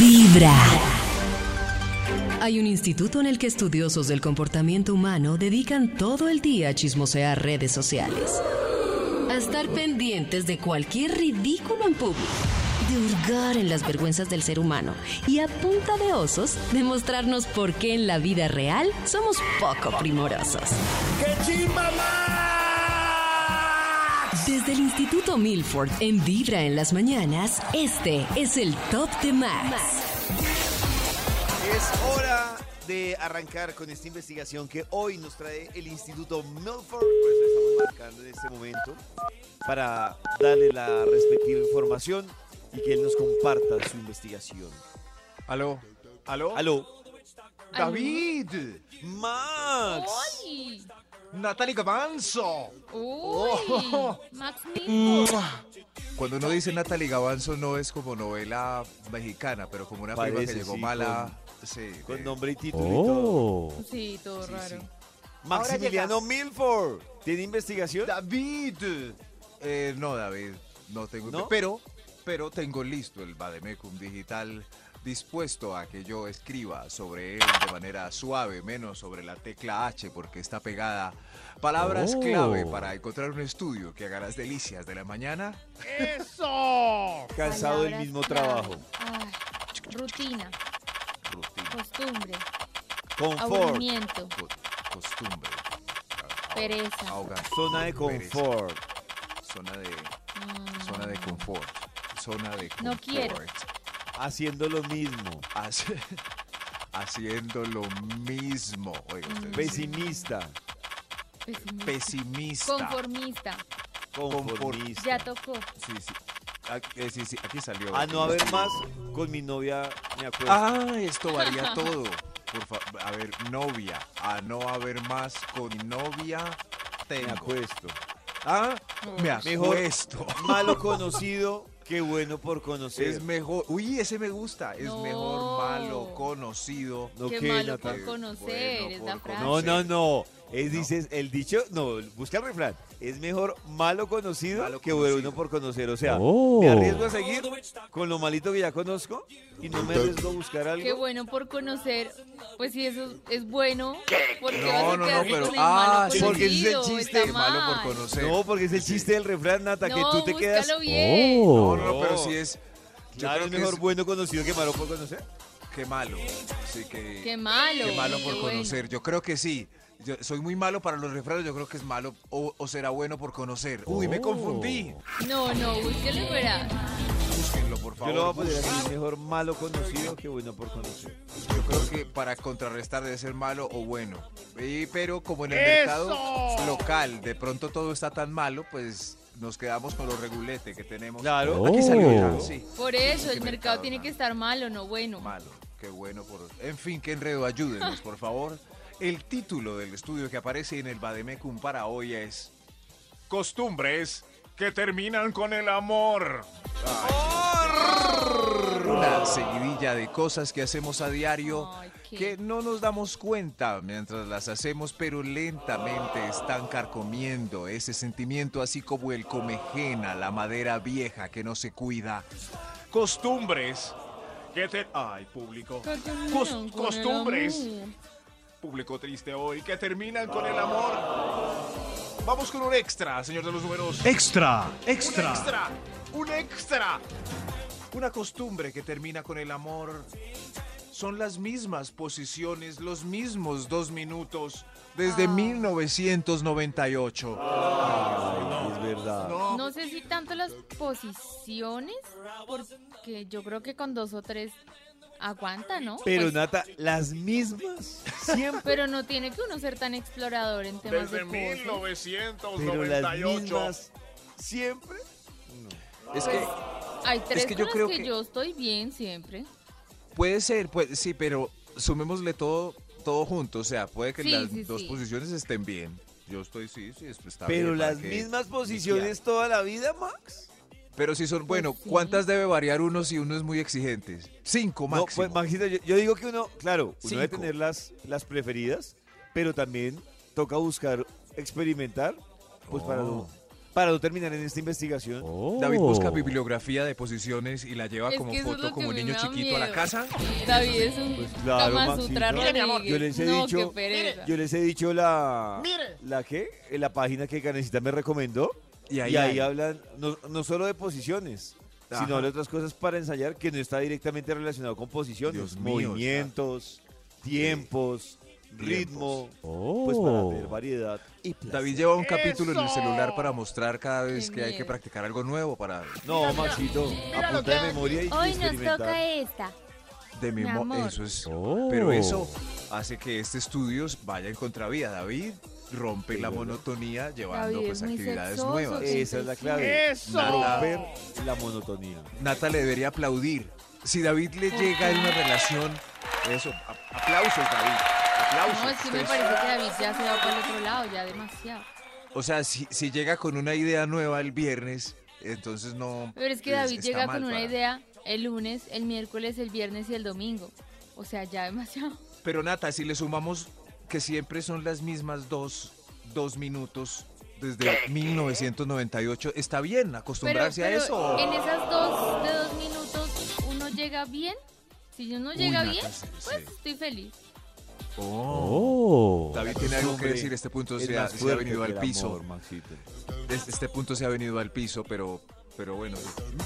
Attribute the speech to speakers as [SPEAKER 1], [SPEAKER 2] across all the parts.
[SPEAKER 1] Vibra. Hay un instituto en el que estudiosos del comportamiento humano dedican todo el día a chismosear redes sociales. A estar pendientes de cualquier ridículo en público. De hurgar en las vergüenzas del ser humano. Y a punta de osos, demostrarnos por qué en la vida real somos poco primorosos.
[SPEAKER 2] ¡Qué chimba
[SPEAKER 1] Desde el Instituto Milford, en Vibra en las mañanas, este es el Top de Max.
[SPEAKER 3] Es hora de arrancar con esta investigación que hoy nos trae el Instituto Milford, por eso estamos marcando en este momento, para darle la respectiva información y que él nos comparta su investigación.
[SPEAKER 4] Aló. Aló.
[SPEAKER 3] Aló,
[SPEAKER 4] David.
[SPEAKER 3] Max.
[SPEAKER 5] ¡Uy!
[SPEAKER 4] Natalie Gavanzo.
[SPEAKER 5] ¡Uy! Max
[SPEAKER 4] Cuando uno dice Natalie Gavanzo no es como novela mexicana, pero como una prima que
[SPEAKER 3] Parece,
[SPEAKER 4] llegó
[SPEAKER 3] sí,
[SPEAKER 4] mala. sí,
[SPEAKER 3] Con
[SPEAKER 4] de-
[SPEAKER 3] nombre y título y todo.
[SPEAKER 6] Oh.
[SPEAKER 5] Mm. Sí, todo
[SPEAKER 4] sí,
[SPEAKER 5] raro.
[SPEAKER 4] sí.
[SPEAKER 3] Maximiliano Milford. ¿Tiene investigación?
[SPEAKER 4] David. Eh, no, David, no tengo.
[SPEAKER 3] ¿No?
[SPEAKER 4] Pero, pero tengo listo el Bademecum digital dispuesto a que yo escriba sobre él de manera suave, menos sobre la tecla H porque está pegada. Palabras
[SPEAKER 6] Oh.
[SPEAKER 4] clave para encontrar un estudio que haga las delicias de la mañana.
[SPEAKER 3] Cansado del
[SPEAKER 5] Palabras
[SPEAKER 3] mismo
[SPEAKER 5] clave.
[SPEAKER 3] trabajo.
[SPEAKER 5] Ay, rutina,
[SPEAKER 4] Rutina,
[SPEAKER 5] costumbre,
[SPEAKER 3] Confort.
[SPEAKER 5] aburrimiento,
[SPEAKER 4] co- costumbre.
[SPEAKER 5] pereza.
[SPEAKER 4] ahogan-
[SPEAKER 3] Zona de
[SPEAKER 4] pereza,
[SPEAKER 3] confort.
[SPEAKER 4] Zona de,
[SPEAKER 5] Mm,
[SPEAKER 4] zona de confort. Zona de confort.
[SPEAKER 5] No quiero.
[SPEAKER 3] Haciendo lo mismo.
[SPEAKER 4] Hace- haciendo lo mismo. Oiga,
[SPEAKER 5] Mm.
[SPEAKER 4] usted sí.
[SPEAKER 3] Pesimista.
[SPEAKER 5] pesimista,
[SPEAKER 4] pesimista.
[SPEAKER 5] Conformista.
[SPEAKER 3] Conformista.
[SPEAKER 5] Ya tocó.
[SPEAKER 4] Sí, sí. Aquí, eh, sí, sí, aquí salió.
[SPEAKER 3] A Ah, no haber más, con mi novia me acuerdo.
[SPEAKER 4] Ah, esto varía todo. Por fa- a ver, novia. A no haber más con novia.
[SPEAKER 3] me
[SPEAKER 4] Tengo.
[SPEAKER 3] acuesto.
[SPEAKER 4] Ah, me
[SPEAKER 3] Mejor-
[SPEAKER 4] acuesto.
[SPEAKER 3] Malo conocido, qué bueno por conocer.
[SPEAKER 4] Es mejor. Uy, ese me gusta. Es
[SPEAKER 5] No.
[SPEAKER 4] mejor malo conocido.
[SPEAKER 3] No,
[SPEAKER 5] Qué
[SPEAKER 3] ¿qué,
[SPEAKER 5] malo
[SPEAKER 3] Nata?
[SPEAKER 5] por conocer,
[SPEAKER 4] Bueno,
[SPEAKER 5] es
[SPEAKER 4] por
[SPEAKER 5] la
[SPEAKER 4] conocer.
[SPEAKER 5] frase.
[SPEAKER 3] No, no, no. Es,
[SPEAKER 4] No.
[SPEAKER 3] dices, el dicho, no, busca el refrán. Es mejor malo conocido
[SPEAKER 4] Malo
[SPEAKER 3] que
[SPEAKER 4] conocido.
[SPEAKER 3] bueno por conocer. O sea,
[SPEAKER 6] Oh.
[SPEAKER 3] me arriesgo a seguir con lo malito que ya conozco y no me arriesgo a buscar
[SPEAKER 5] Qué
[SPEAKER 3] algo.
[SPEAKER 5] bueno por conocer. Pues si eso es bueno, porque
[SPEAKER 4] No,
[SPEAKER 5] vas a
[SPEAKER 4] no, no,
[SPEAKER 5] quedar
[SPEAKER 4] pero-
[SPEAKER 5] con el
[SPEAKER 4] ah,
[SPEAKER 5] malo
[SPEAKER 4] sí,
[SPEAKER 3] porque ese es el
[SPEAKER 5] conocido,
[SPEAKER 3] chiste,
[SPEAKER 5] está
[SPEAKER 4] malo por
[SPEAKER 5] mal.
[SPEAKER 4] conocer.
[SPEAKER 3] No, porque es el
[SPEAKER 4] Sí.
[SPEAKER 3] chiste del refrán, Nata, que
[SPEAKER 5] No,
[SPEAKER 3] tú te quedas.
[SPEAKER 5] búscalo bien.
[SPEAKER 4] No,
[SPEAKER 6] Oh.
[SPEAKER 4] no, no, pero si es. Yo
[SPEAKER 3] Claro,
[SPEAKER 4] creo
[SPEAKER 3] es
[SPEAKER 4] que
[SPEAKER 3] mejor
[SPEAKER 4] es-
[SPEAKER 3] bueno conocido que malo por conocer.
[SPEAKER 4] Qué malo. Sí, que,
[SPEAKER 5] Qué malo.
[SPEAKER 4] qué malo por
[SPEAKER 5] qué bueno.
[SPEAKER 4] conocer. Yo creo que sí. Yo soy muy malo para los refranes. Yo creo que es malo o, o será bueno por conocer. Uy, me
[SPEAKER 6] Oh.
[SPEAKER 4] confundí.
[SPEAKER 5] No, no, búsquelo y verá.
[SPEAKER 4] Búsquenlo, por
[SPEAKER 3] Yo lo voy a
[SPEAKER 4] favor.
[SPEAKER 3] poner
[SPEAKER 4] búsquenlo.
[SPEAKER 3] así, mejor malo conocido que bueno por conocer.
[SPEAKER 4] Yo creo que para contrarrestar debe ser malo o bueno. Y- pero como en el mercado local de pronto todo está tan malo, pues nos quedamos con lo regulete que tenemos.
[SPEAKER 3] Claro.
[SPEAKER 4] Aquí salió ya,
[SPEAKER 6] Oh.
[SPEAKER 4] sí.
[SPEAKER 5] Por eso,
[SPEAKER 4] Qué
[SPEAKER 5] el mercado tiene
[SPEAKER 4] malo.
[SPEAKER 5] que estar malo, no bueno.
[SPEAKER 4] malo. Qué bueno por. En fin, qué enredo, ayúdenos, por favor. El título del estudio que aparece en el Bademecum para hoy es Costumbres que terminan con el amor. Una seguidilla de cosas que hacemos a diario
[SPEAKER 5] Ay, qué-
[SPEAKER 4] que no nos damos cuenta mientras las hacemos, pero lentamente están carcomiendo ese sentimiento, así como el comejena, la madera vieja que no se cuida. Costumbres que te... Ay, público.
[SPEAKER 5] Qué terminan
[SPEAKER 4] Cos-
[SPEAKER 5] con el
[SPEAKER 4] costumbres.
[SPEAKER 5] amor.
[SPEAKER 4] Público triste hoy, que terminan con el amor. Vamos con un extra, señor de los números.
[SPEAKER 7] Extra,
[SPEAKER 4] Un
[SPEAKER 7] extra.
[SPEAKER 4] extra. Un extra. Una costumbre que termina con el amor. Son las mismas posiciones, los mismos dos minutos
[SPEAKER 5] Ah.
[SPEAKER 4] desde 1998.
[SPEAKER 3] Es verdad.
[SPEAKER 5] No sé si tanto las posiciones, porque yo creo que con dos o tres aguanta, ¿no?
[SPEAKER 3] Pero
[SPEAKER 5] Pues,
[SPEAKER 3] Nata, las mismas
[SPEAKER 4] pues,
[SPEAKER 3] siempre.
[SPEAKER 5] pero no tiene que uno ser tan explorador en temas de cosas.
[SPEAKER 3] Pero las mismas siempre.
[SPEAKER 4] Es que
[SPEAKER 5] Pues Hay tres
[SPEAKER 4] que yo
[SPEAKER 5] con las
[SPEAKER 4] creo
[SPEAKER 5] que,
[SPEAKER 4] que-
[SPEAKER 5] yo estoy bien siempre.
[SPEAKER 4] puede ser, pues sí, pero sumémosle todo todo junto, o sea, puede que
[SPEAKER 5] Sí,
[SPEAKER 4] las
[SPEAKER 5] sí,
[SPEAKER 4] dos
[SPEAKER 5] sí.
[SPEAKER 4] posiciones estén bien. Yo estoy sí, sí, es- está
[SPEAKER 3] Pero
[SPEAKER 4] bien, ¿para
[SPEAKER 3] las
[SPEAKER 4] qué?
[SPEAKER 3] mismas posiciones toda la vida, Max.
[SPEAKER 4] Pero si son, bueno,
[SPEAKER 5] Pues sí.
[SPEAKER 4] ¿cuántas debe variar uno si uno es muy exigente? Cinco máximo.
[SPEAKER 3] No, pues Maxito, yo, yo digo que uno, claro, uno debe
[SPEAKER 4] Cinco.
[SPEAKER 3] tener las, las preferidas, pero también toca buscar experimentar, pues para
[SPEAKER 4] Oh.
[SPEAKER 3] no para no terminar en esta investigación.
[SPEAKER 4] David busca bibliografía de posiciones y la lleva
[SPEAKER 5] Es
[SPEAKER 4] como
[SPEAKER 5] que eso es lo
[SPEAKER 4] foto,
[SPEAKER 5] que
[SPEAKER 4] como
[SPEAKER 5] me
[SPEAKER 4] niño
[SPEAKER 5] da
[SPEAKER 4] chiquito a la
[SPEAKER 5] miedo.
[SPEAKER 4] casa.
[SPEAKER 5] David es un
[SPEAKER 3] Pues
[SPEAKER 5] pues
[SPEAKER 3] claro, Maxito.
[SPEAKER 5] Sutra
[SPEAKER 3] Mire, mi amor, yo les he
[SPEAKER 5] no,
[SPEAKER 3] dicho-
[SPEAKER 5] qué pereza.
[SPEAKER 3] Yo les he dicho la.
[SPEAKER 6] Mire.
[SPEAKER 3] ¿La qué? Eh, La página que Canecita me recomendó. Y ahí,
[SPEAKER 4] hay.
[SPEAKER 3] hablan no, no solo de posiciones,
[SPEAKER 4] Ajá.
[SPEAKER 3] sino de otras cosas para ensayar que no está directamente relacionado con posiciones.
[SPEAKER 4] Dios mío,
[SPEAKER 3] movimientos, tiempos, ritmo.
[SPEAKER 6] Oh.
[SPEAKER 3] Pues para ver variedad y placer.
[SPEAKER 4] David lleva un capítulo en el celular para mostrar cada vez
[SPEAKER 5] Qué
[SPEAKER 4] que hay que
[SPEAKER 5] miedo.
[SPEAKER 4] practicar algo nuevo para
[SPEAKER 3] No, Maxito,
[SPEAKER 6] lo que
[SPEAKER 3] apunta de
[SPEAKER 6] hace.
[SPEAKER 3] memoria y
[SPEAKER 8] Hoy nos
[SPEAKER 3] experimentar.
[SPEAKER 8] toca esta.
[SPEAKER 4] de
[SPEAKER 5] Mi
[SPEAKER 4] memoria.
[SPEAKER 5] amor.
[SPEAKER 4] Eso es.
[SPEAKER 6] Oh.
[SPEAKER 4] Pero eso hace que este estudio vaya en contravía. David rompe la monotonía llevando
[SPEAKER 5] David
[SPEAKER 4] pues
[SPEAKER 5] es muy
[SPEAKER 4] actividades
[SPEAKER 5] sexoso, Eh.
[SPEAKER 4] nuevas.
[SPEAKER 5] sí.
[SPEAKER 3] Esa es la clave.
[SPEAKER 6] ¡Eso!
[SPEAKER 3] Romper la monotonía.
[SPEAKER 4] Nata le debería aplaudir. Si David le llega en una relación, eso, a- aplausos David, aplausos.
[SPEAKER 5] No, es que me
[SPEAKER 4] Ustedes-
[SPEAKER 5] parece que David ya se va para el otro lado, ya demasiado.
[SPEAKER 4] O sea, si, si llega con una idea nueva el viernes, entonces no.
[SPEAKER 5] Pero es que
[SPEAKER 4] es-
[SPEAKER 5] David
[SPEAKER 4] está
[SPEAKER 5] llega
[SPEAKER 4] mal
[SPEAKER 5] con una
[SPEAKER 4] para-
[SPEAKER 5] idea el lunes, el miércoles, el viernes y el domingo. O sea, ya demasiado.
[SPEAKER 4] Pero Nata, si le sumamos que siempre son las mismas dos, dos minutos desde 1998, está bien acostumbrarse a eso.
[SPEAKER 5] en esas dos de dos minutos uno llega bien. Si uno
[SPEAKER 4] Uy,
[SPEAKER 5] llega
[SPEAKER 4] Nata,
[SPEAKER 5] bien,
[SPEAKER 4] sí, sí.
[SPEAKER 5] pues estoy feliz.
[SPEAKER 4] Oh.
[SPEAKER 6] Oh.
[SPEAKER 4] David tiene algo que
[SPEAKER 3] Hombre,
[SPEAKER 4] decir, este punto
[SPEAKER 3] es
[SPEAKER 4] se ha,
[SPEAKER 3] más
[SPEAKER 4] se ha
[SPEAKER 3] fuerte
[SPEAKER 4] venido
[SPEAKER 3] que
[SPEAKER 4] al
[SPEAKER 3] el
[SPEAKER 4] piso.
[SPEAKER 3] amor, Maxito.
[SPEAKER 4] Este, este punto se ha venido al piso, pero, pero bueno.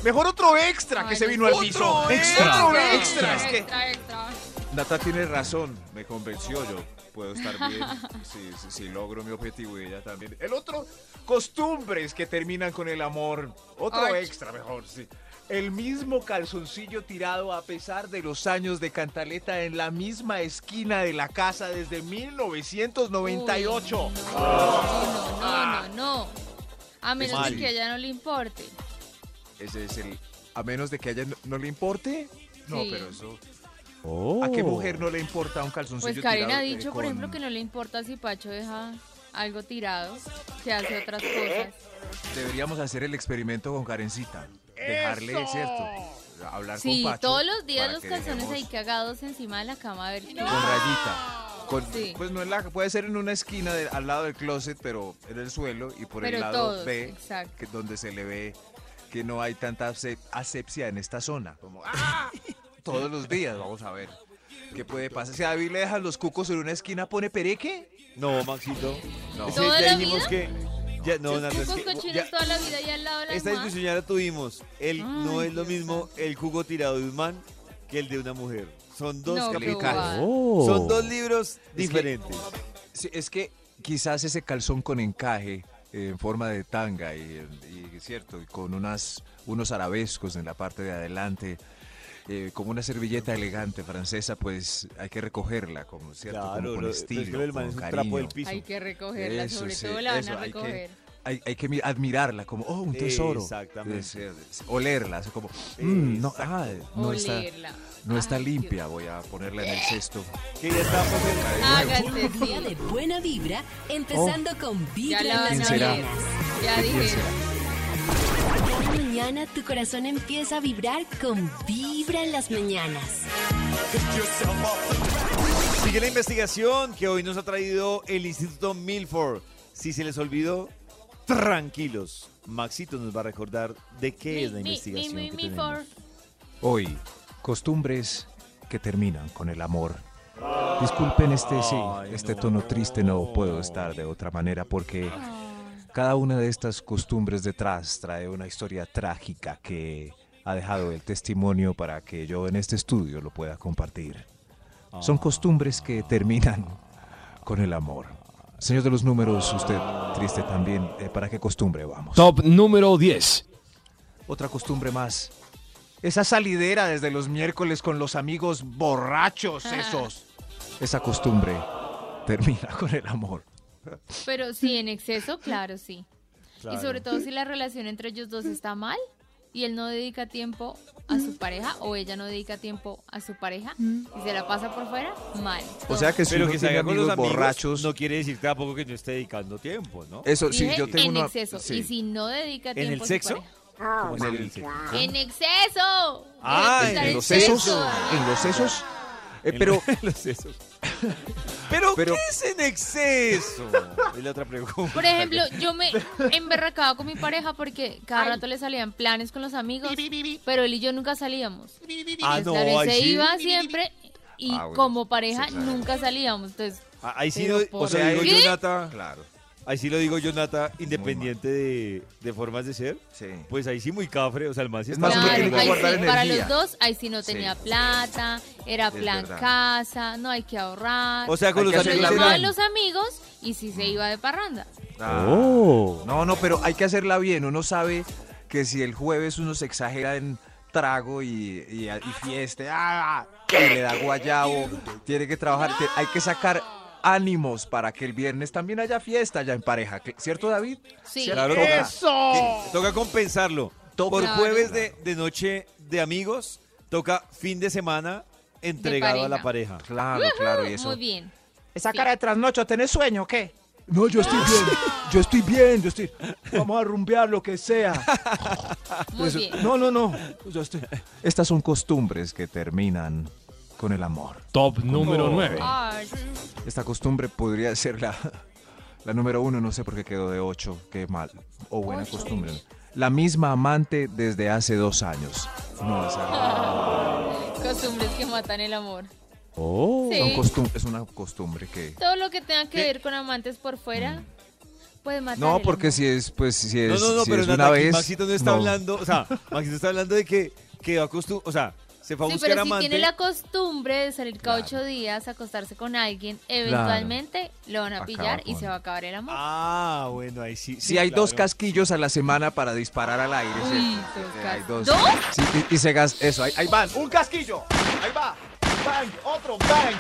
[SPEAKER 6] Mejor otro extra
[SPEAKER 5] Ay, no sé. ¿eh?
[SPEAKER 6] piso.
[SPEAKER 4] extra!
[SPEAKER 6] Otro
[SPEAKER 4] extra,
[SPEAKER 6] extra.
[SPEAKER 4] es que-
[SPEAKER 5] extra, extra.
[SPEAKER 4] Nata tiene razón, me convenció yo. Puedo estar bien si, si- si logro mi objetivo y ella también. El otro, costumbres que terminan con el amor. Otro
[SPEAKER 5] Ay.
[SPEAKER 4] extra, mejor, sí. El mismo calzoncillo tirado a pesar de los años de cantaleta en la misma esquina de la casa desde 1998.
[SPEAKER 5] No,
[SPEAKER 4] Ah.
[SPEAKER 5] no, no, no. A menos
[SPEAKER 4] mal.
[SPEAKER 5] de que a ella no le importe.
[SPEAKER 4] Ese es el. A menos de que a ella no, no le importe. No,
[SPEAKER 5] Sí.
[SPEAKER 4] pero eso.
[SPEAKER 6] Oh.
[SPEAKER 4] ¿A qué mujer no le importa un calzoncillo
[SPEAKER 5] Pues Karen
[SPEAKER 4] tirado,
[SPEAKER 5] ha
[SPEAKER 4] eh,
[SPEAKER 5] dicho, por
[SPEAKER 4] con-
[SPEAKER 5] ejemplo, que no le importa si Pacho deja algo tirado, que hace otras cosas.
[SPEAKER 4] Deberíamos hacer el experimento con Karencita. Dejarle, ¿cierto? Hablar
[SPEAKER 5] Sí,
[SPEAKER 4] con Pacho.
[SPEAKER 5] todos los días
[SPEAKER 4] para
[SPEAKER 5] los
[SPEAKER 4] que
[SPEAKER 5] calzones ahí
[SPEAKER 4] dejemos
[SPEAKER 5] cagados encima de la cama a ver qué-
[SPEAKER 4] Con rayita. Con-
[SPEAKER 5] Sí.
[SPEAKER 4] Pues no en la, puede ser en una esquina de- al lado del closet, pero en el suelo y por
[SPEAKER 5] Pero
[SPEAKER 4] el lado
[SPEAKER 5] todos,
[SPEAKER 4] B,
[SPEAKER 5] exacto.
[SPEAKER 4] que- donde se le ve que no hay tanta ace- asepsia en esta zona. Como, ¡ah! todos los días, vamos a ver. ¿Qué puede pasar? Si a David le dejan los cucos en una esquina, pone pereque.
[SPEAKER 3] No, Maxito.
[SPEAKER 4] No.
[SPEAKER 3] Ese
[SPEAKER 5] ¿Toda
[SPEAKER 3] ya
[SPEAKER 5] la
[SPEAKER 3] dijimos
[SPEAKER 5] vida?
[SPEAKER 3] que. Ya, no,
[SPEAKER 5] Sus
[SPEAKER 3] Nata, es que-
[SPEAKER 5] cucos
[SPEAKER 3] uh,
[SPEAKER 5] cochinos
[SPEAKER 3] ya-
[SPEAKER 5] toda la vida ahí al lado de la
[SPEAKER 3] esta
[SPEAKER 5] mamá.
[SPEAKER 3] discusión ya la tuvimos. El, no
[SPEAKER 5] Ay,
[SPEAKER 3] es lo
[SPEAKER 5] Dios
[SPEAKER 3] mismo el jugo tirado de un man que el de una mujer. Son dos
[SPEAKER 5] No, qué
[SPEAKER 3] capitales.
[SPEAKER 5] guay.
[SPEAKER 6] Oh.
[SPEAKER 3] Son dos libros
[SPEAKER 4] que-
[SPEAKER 3] diferentes.
[SPEAKER 4] Sí, es que quizás ese calzón con encaje eh, en forma de tanga y, y, cierto y con unas unos arabescos en la parte de adelante eh, como una servilleta elegante francesa pues hay que recogerla como cierto como
[SPEAKER 3] Claro,
[SPEAKER 4] con
[SPEAKER 3] lo-
[SPEAKER 4] estilo
[SPEAKER 3] es que lo del man
[SPEAKER 4] con
[SPEAKER 3] es un
[SPEAKER 4] cariño.
[SPEAKER 3] trapo del piso.
[SPEAKER 5] Hay que recogerla,
[SPEAKER 4] Eso,
[SPEAKER 5] sobre
[SPEAKER 4] sí,
[SPEAKER 5] todo la van
[SPEAKER 4] eso,
[SPEAKER 5] a
[SPEAKER 4] hay que-
[SPEAKER 5] recoger.
[SPEAKER 4] hay, hay que mi- admirarla como oh un tesoro
[SPEAKER 3] Exactamente.
[SPEAKER 4] Es, eh, olerla así como "Mm, no ah, no está
[SPEAKER 5] Olerla.
[SPEAKER 4] no está
[SPEAKER 5] Ay, Dios.
[SPEAKER 4] limpia voy a ponerla en el cesto
[SPEAKER 3] Que ya está por ser-
[SPEAKER 5] Hágase,
[SPEAKER 1] Un
[SPEAKER 5] sí.
[SPEAKER 1] día de buena vibra, empezando con Vibra en
[SPEAKER 5] Ya la van
[SPEAKER 1] las
[SPEAKER 4] ¿Quién será?
[SPEAKER 5] a oler.
[SPEAKER 1] mañanas.
[SPEAKER 5] Ya
[SPEAKER 4] ¿Quién
[SPEAKER 5] dije.
[SPEAKER 4] será?
[SPEAKER 1] Cada mañana tu corazón empieza a vibrar con Vibra en las mañanas.
[SPEAKER 3] Sigue la investigación que hoy nos ha traído el Instituto Milford. Si se les olvidó, tranquilos. Maxito nos va a recordar de qué es la investigación que tenemos.
[SPEAKER 4] Hoy, costumbres que terminan con el amor. Disculpen este sí, este tono triste no puedo estar de otra manera porque cada una de estas costumbres detrás trae una historia trágica que ha dejado el testimonio para que yo en este estudio lo pueda compartir. Son costumbres que terminan con el amor. Señor de los números, usted triste también, eh, ¿para qué costumbre vamos?
[SPEAKER 9] Top número 10.
[SPEAKER 4] Otra costumbre más. Esa salidera desde los miércoles con los amigos borrachos esos. Esa costumbre termina con el amor.
[SPEAKER 5] Pero sí, en exceso, claro, sí. Y sobre todo si la relación entre ellos dos está mal y él no dedica tiempo a su pareja o ella no dedica tiempo a su pareja y se la pasa por fuera, mal.
[SPEAKER 4] O sea que si
[SPEAKER 3] Pero
[SPEAKER 4] Pues uno
[SPEAKER 3] que
[SPEAKER 4] tiene
[SPEAKER 3] salga con los
[SPEAKER 4] amigos
[SPEAKER 3] amigos
[SPEAKER 4] borrachos, Eh,
[SPEAKER 3] no quiere decir tampoco que no esté dedicando tiempo, ¿no?
[SPEAKER 4] eso
[SPEAKER 5] Dije,
[SPEAKER 4] sí yo tengo
[SPEAKER 5] en
[SPEAKER 4] una
[SPEAKER 5] exceso.
[SPEAKER 4] sí.
[SPEAKER 5] Y si no dedica
[SPEAKER 3] ¿En
[SPEAKER 5] tiempo
[SPEAKER 3] el
[SPEAKER 5] a su
[SPEAKER 3] sexo?
[SPEAKER 5] pareja.
[SPEAKER 3] Como en el-
[SPEAKER 5] ¡En exceso!
[SPEAKER 3] Ah,
[SPEAKER 5] Debe
[SPEAKER 4] Ah. en
[SPEAKER 5] estar
[SPEAKER 4] los
[SPEAKER 5] exceso.
[SPEAKER 4] sesos, en los sesos. Eh,
[SPEAKER 3] en
[SPEAKER 4] pero
[SPEAKER 3] los sesos.
[SPEAKER 10] ¿Pero,
[SPEAKER 4] Pero-
[SPEAKER 10] qué es en exceso? Es la otra pregunta.
[SPEAKER 5] Por ejemplo, yo me emberracaba con mi pareja porque cada rato le salían planes con los amigos, pero él y yo nunca salíamos.
[SPEAKER 3] Ah, no,
[SPEAKER 5] Entonces, Pues, claro, él
[SPEAKER 3] ahí
[SPEAKER 5] se
[SPEAKER 3] sí.
[SPEAKER 5] iba siempre y
[SPEAKER 4] Ah, bueno,
[SPEAKER 5] como
[SPEAKER 4] se
[SPEAKER 5] pareja
[SPEAKER 4] exagera.
[SPEAKER 5] nunca salíamos. Entonces,
[SPEAKER 3] Ah, Ahí sí,
[SPEAKER 5] Pero
[SPEAKER 3] lo, o
[SPEAKER 5] por
[SPEAKER 3] sea, digo
[SPEAKER 5] ahí.
[SPEAKER 3] yo, Nata,
[SPEAKER 4] Claro,
[SPEAKER 3] ahí sí lo digo yo, Nata, independiente de, de formas de ser.
[SPEAKER 4] sí.
[SPEAKER 3] Pues ahí sí muy cafre, o sea, el man sí
[SPEAKER 4] Es
[SPEAKER 3] está...
[SPEAKER 4] más, uno
[SPEAKER 5] claro,
[SPEAKER 4] tiene que
[SPEAKER 5] ahí
[SPEAKER 4] guardar
[SPEAKER 5] sí, para
[SPEAKER 4] energía.
[SPEAKER 5] los dos, ahí sí no tenía
[SPEAKER 4] Sí.
[SPEAKER 5] plata, era
[SPEAKER 4] Es
[SPEAKER 5] plan
[SPEAKER 4] verdad.
[SPEAKER 5] casa, no hay que ahorrar.
[SPEAKER 3] O sea, con
[SPEAKER 4] Hay
[SPEAKER 3] los
[SPEAKER 4] que hacer
[SPEAKER 5] lo
[SPEAKER 3] amigos
[SPEAKER 4] la
[SPEAKER 5] llamaban
[SPEAKER 3] eran-
[SPEAKER 5] los amigos y sí se iba de parranda.
[SPEAKER 4] Ah.
[SPEAKER 3] Oh.
[SPEAKER 4] No, no, pero hay que hacerla bien. Uno sabe que si el jueves uno se exagera en trago y, y- y fiesta, ¡ah! y le da guayabo, tiene que trabajar. te- Hay que sacar ánimos para que el viernes también haya fiesta ya en pareja. ¿cl- ¿Cierto, David?
[SPEAKER 5] Sí.
[SPEAKER 3] Claro.
[SPEAKER 4] ¿Cierto? Toca.
[SPEAKER 3] Sí, Toca compensarlo.
[SPEAKER 4] Toca.
[SPEAKER 3] Por
[SPEAKER 5] Claro.
[SPEAKER 3] jueves de, de noche de amigos, toca fin de semana entregado a la pareja.
[SPEAKER 4] Claro, claro, y eso.
[SPEAKER 5] Muy bien.
[SPEAKER 11] Esa cara de trasnocho, ¿tenés sueño o qué?
[SPEAKER 4] No, yo estoy bien, yo estoy bien, yo estoy. Vamos a rumbear lo que sea. Ah,
[SPEAKER 5] Muy bien.
[SPEAKER 4] No, no, no. Estas son costumbres que terminan con el amor.
[SPEAKER 12] Top número 9.
[SPEAKER 5] Ay,
[SPEAKER 4] Esta costumbre podría ser la, la número uno, no sé por qué quedó de ocho, qué mal, o buena costumbre. La misma amante desde hace dos años. No, esa-
[SPEAKER 5] costumbres que matan el amor.
[SPEAKER 4] Oh. son
[SPEAKER 5] Sí.
[SPEAKER 4] costum- es una costumbre que...
[SPEAKER 5] Todo lo que tenga que ver con amantes por fuera puede matar.
[SPEAKER 4] Mm. No,
[SPEAKER 5] el
[SPEAKER 4] porque
[SPEAKER 5] amor.
[SPEAKER 4] si es, pues, si es,
[SPEAKER 3] No, no, no,
[SPEAKER 4] si
[SPEAKER 3] pero
[SPEAKER 4] es
[SPEAKER 3] Nata,
[SPEAKER 4] una
[SPEAKER 3] aquí
[SPEAKER 4] vez...
[SPEAKER 3] Maxito no está
[SPEAKER 4] no.
[SPEAKER 3] hablando, o sea, Maxito está hablando de que, que va a costum- o sea, se fue a
[SPEAKER 5] Sí,
[SPEAKER 3] buscar
[SPEAKER 5] pero si
[SPEAKER 3] amante.
[SPEAKER 5] tiene la costumbre de salir cada ocho días a acostarse con alguien, eventualmente lo van a
[SPEAKER 4] Acaba
[SPEAKER 5] pillar y
[SPEAKER 4] con-
[SPEAKER 5] se va a acabar el amor.
[SPEAKER 3] Ah, bueno, ahí sí.
[SPEAKER 4] Si hay dos
[SPEAKER 3] casos
[SPEAKER 4] casquillos a la semana para disparar al aire.
[SPEAKER 5] Uy,
[SPEAKER 4] ¿cierto?
[SPEAKER 5] dos
[SPEAKER 4] Eh, hay
[SPEAKER 5] cas-
[SPEAKER 4] dos.
[SPEAKER 5] ¿Dos?
[SPEAKER 4] Sí, y, y se gas- Eso, ahí, ahí van.
[SPEAKER 11] Un casquillo. Ahí va. Bang, otro, bang.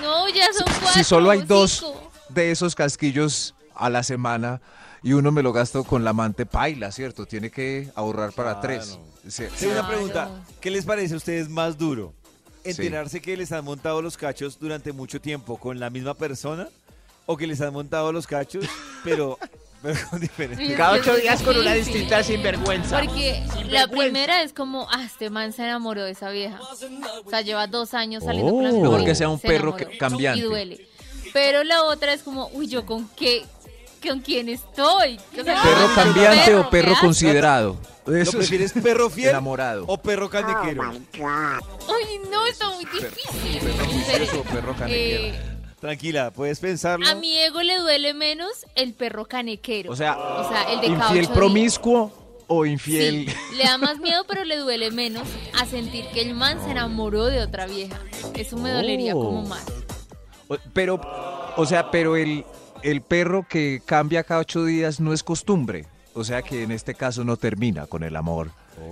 [SPEAKER 5] No, ya son cuatro.
[SPEAKER 4] Ah. si solo hay dos
[SPEAKER 5] cinco.
[SPEAKER 4] de esos casquillos a la semana y uno me lo gasto con la amante paila, ¿cierto? Tiene que ahorrar para tres. Sí,
[SPEAKER 3] Sí, una
[SPEAKER 5] Claro.
[SPEAKER 3] pregunta. ¿Qué les parece a ustedes más duro? ¿Enterarse que les han montado los cachos durante mucho tiempo con la misma persona? ¿O que les han montado los cachos, pero, pero con diferente?
[SPEAKER 5] Sí,
[SPEAKER 11] Cada
[SPEAKER 5] es que
[SPEAKER 11] ocho
[SPEAKER 5] es
[SPEAKER 11] días con una
[SPEAKER 5] difícil.
[SPEAKER 11] distinta sinvergüenza.
[SPEAKER 5] Porque la primera es como, ah, este man se enamoró de esa vieja. O sea, lleva dos años saliendo con la misma
[SPEAKER 4] Mejor que
[SPEAKER 5] vieja,
[SPEAKER 4] Oh. sea un
[SPEAKER 5] se
[SPEAKER 4] perro
[SPEAKER 5] enamoró,
[SPEAKER 4] que- cambiante.
[SPEAKER 5] Y duele. Pero la otra es como, uy, yo con qué, con quién estoy. O sea,
[SPEAKER 4] ¿Perro
[SPEAKER 5] un
[SPEAKER 4] cambiante o
[SPEAKER 5] ¿qué
[SPEAKER 4] perro
[SPEAKER 5] haces?
[SPEAKER 4] considerado?
[SPEAKER 3] ¿Lo
[SPEAKER 4] Eso sí.
[SPEAKER 3] prefieres perro fiel
[SPEAKER 4] Enamorado.
[SPEAKER 3] o perro caniquero?
[SPEAKER 5] Ay, no, está muy difícil. En serio.
[SPEAKER 4] Eso, perro caniquero.
[SPEAKER 5] Eh,
[SPEAKER 3] Tranquila, puedes pensarlo.
[SPEAKER 5] a mi ego le duele menos el perro canequero.
[SPEAKER 4] o sea,
[SPEAKER 5] O sea, el de cada
[SPEAKER 4] infiel
[SPEAKER 5] ocho días.
[SPEAKER 4] promiscuo o
[SPEAKER 5] Sí,
[SPEAKER 4] infiel.
[SPEAKER 5] le da más miedo, pero le duele menos a sentir que el man se enamoró de otra vieja. Eso me dolería
[SPEAKER 4] Oh,
[SPEAKER 5] como más.
[SPEAKER 4] O- Pero, o sea, pero el, el perro que cambia cada ocho días no es costumbre. O sea que en este caso no termina con el amor.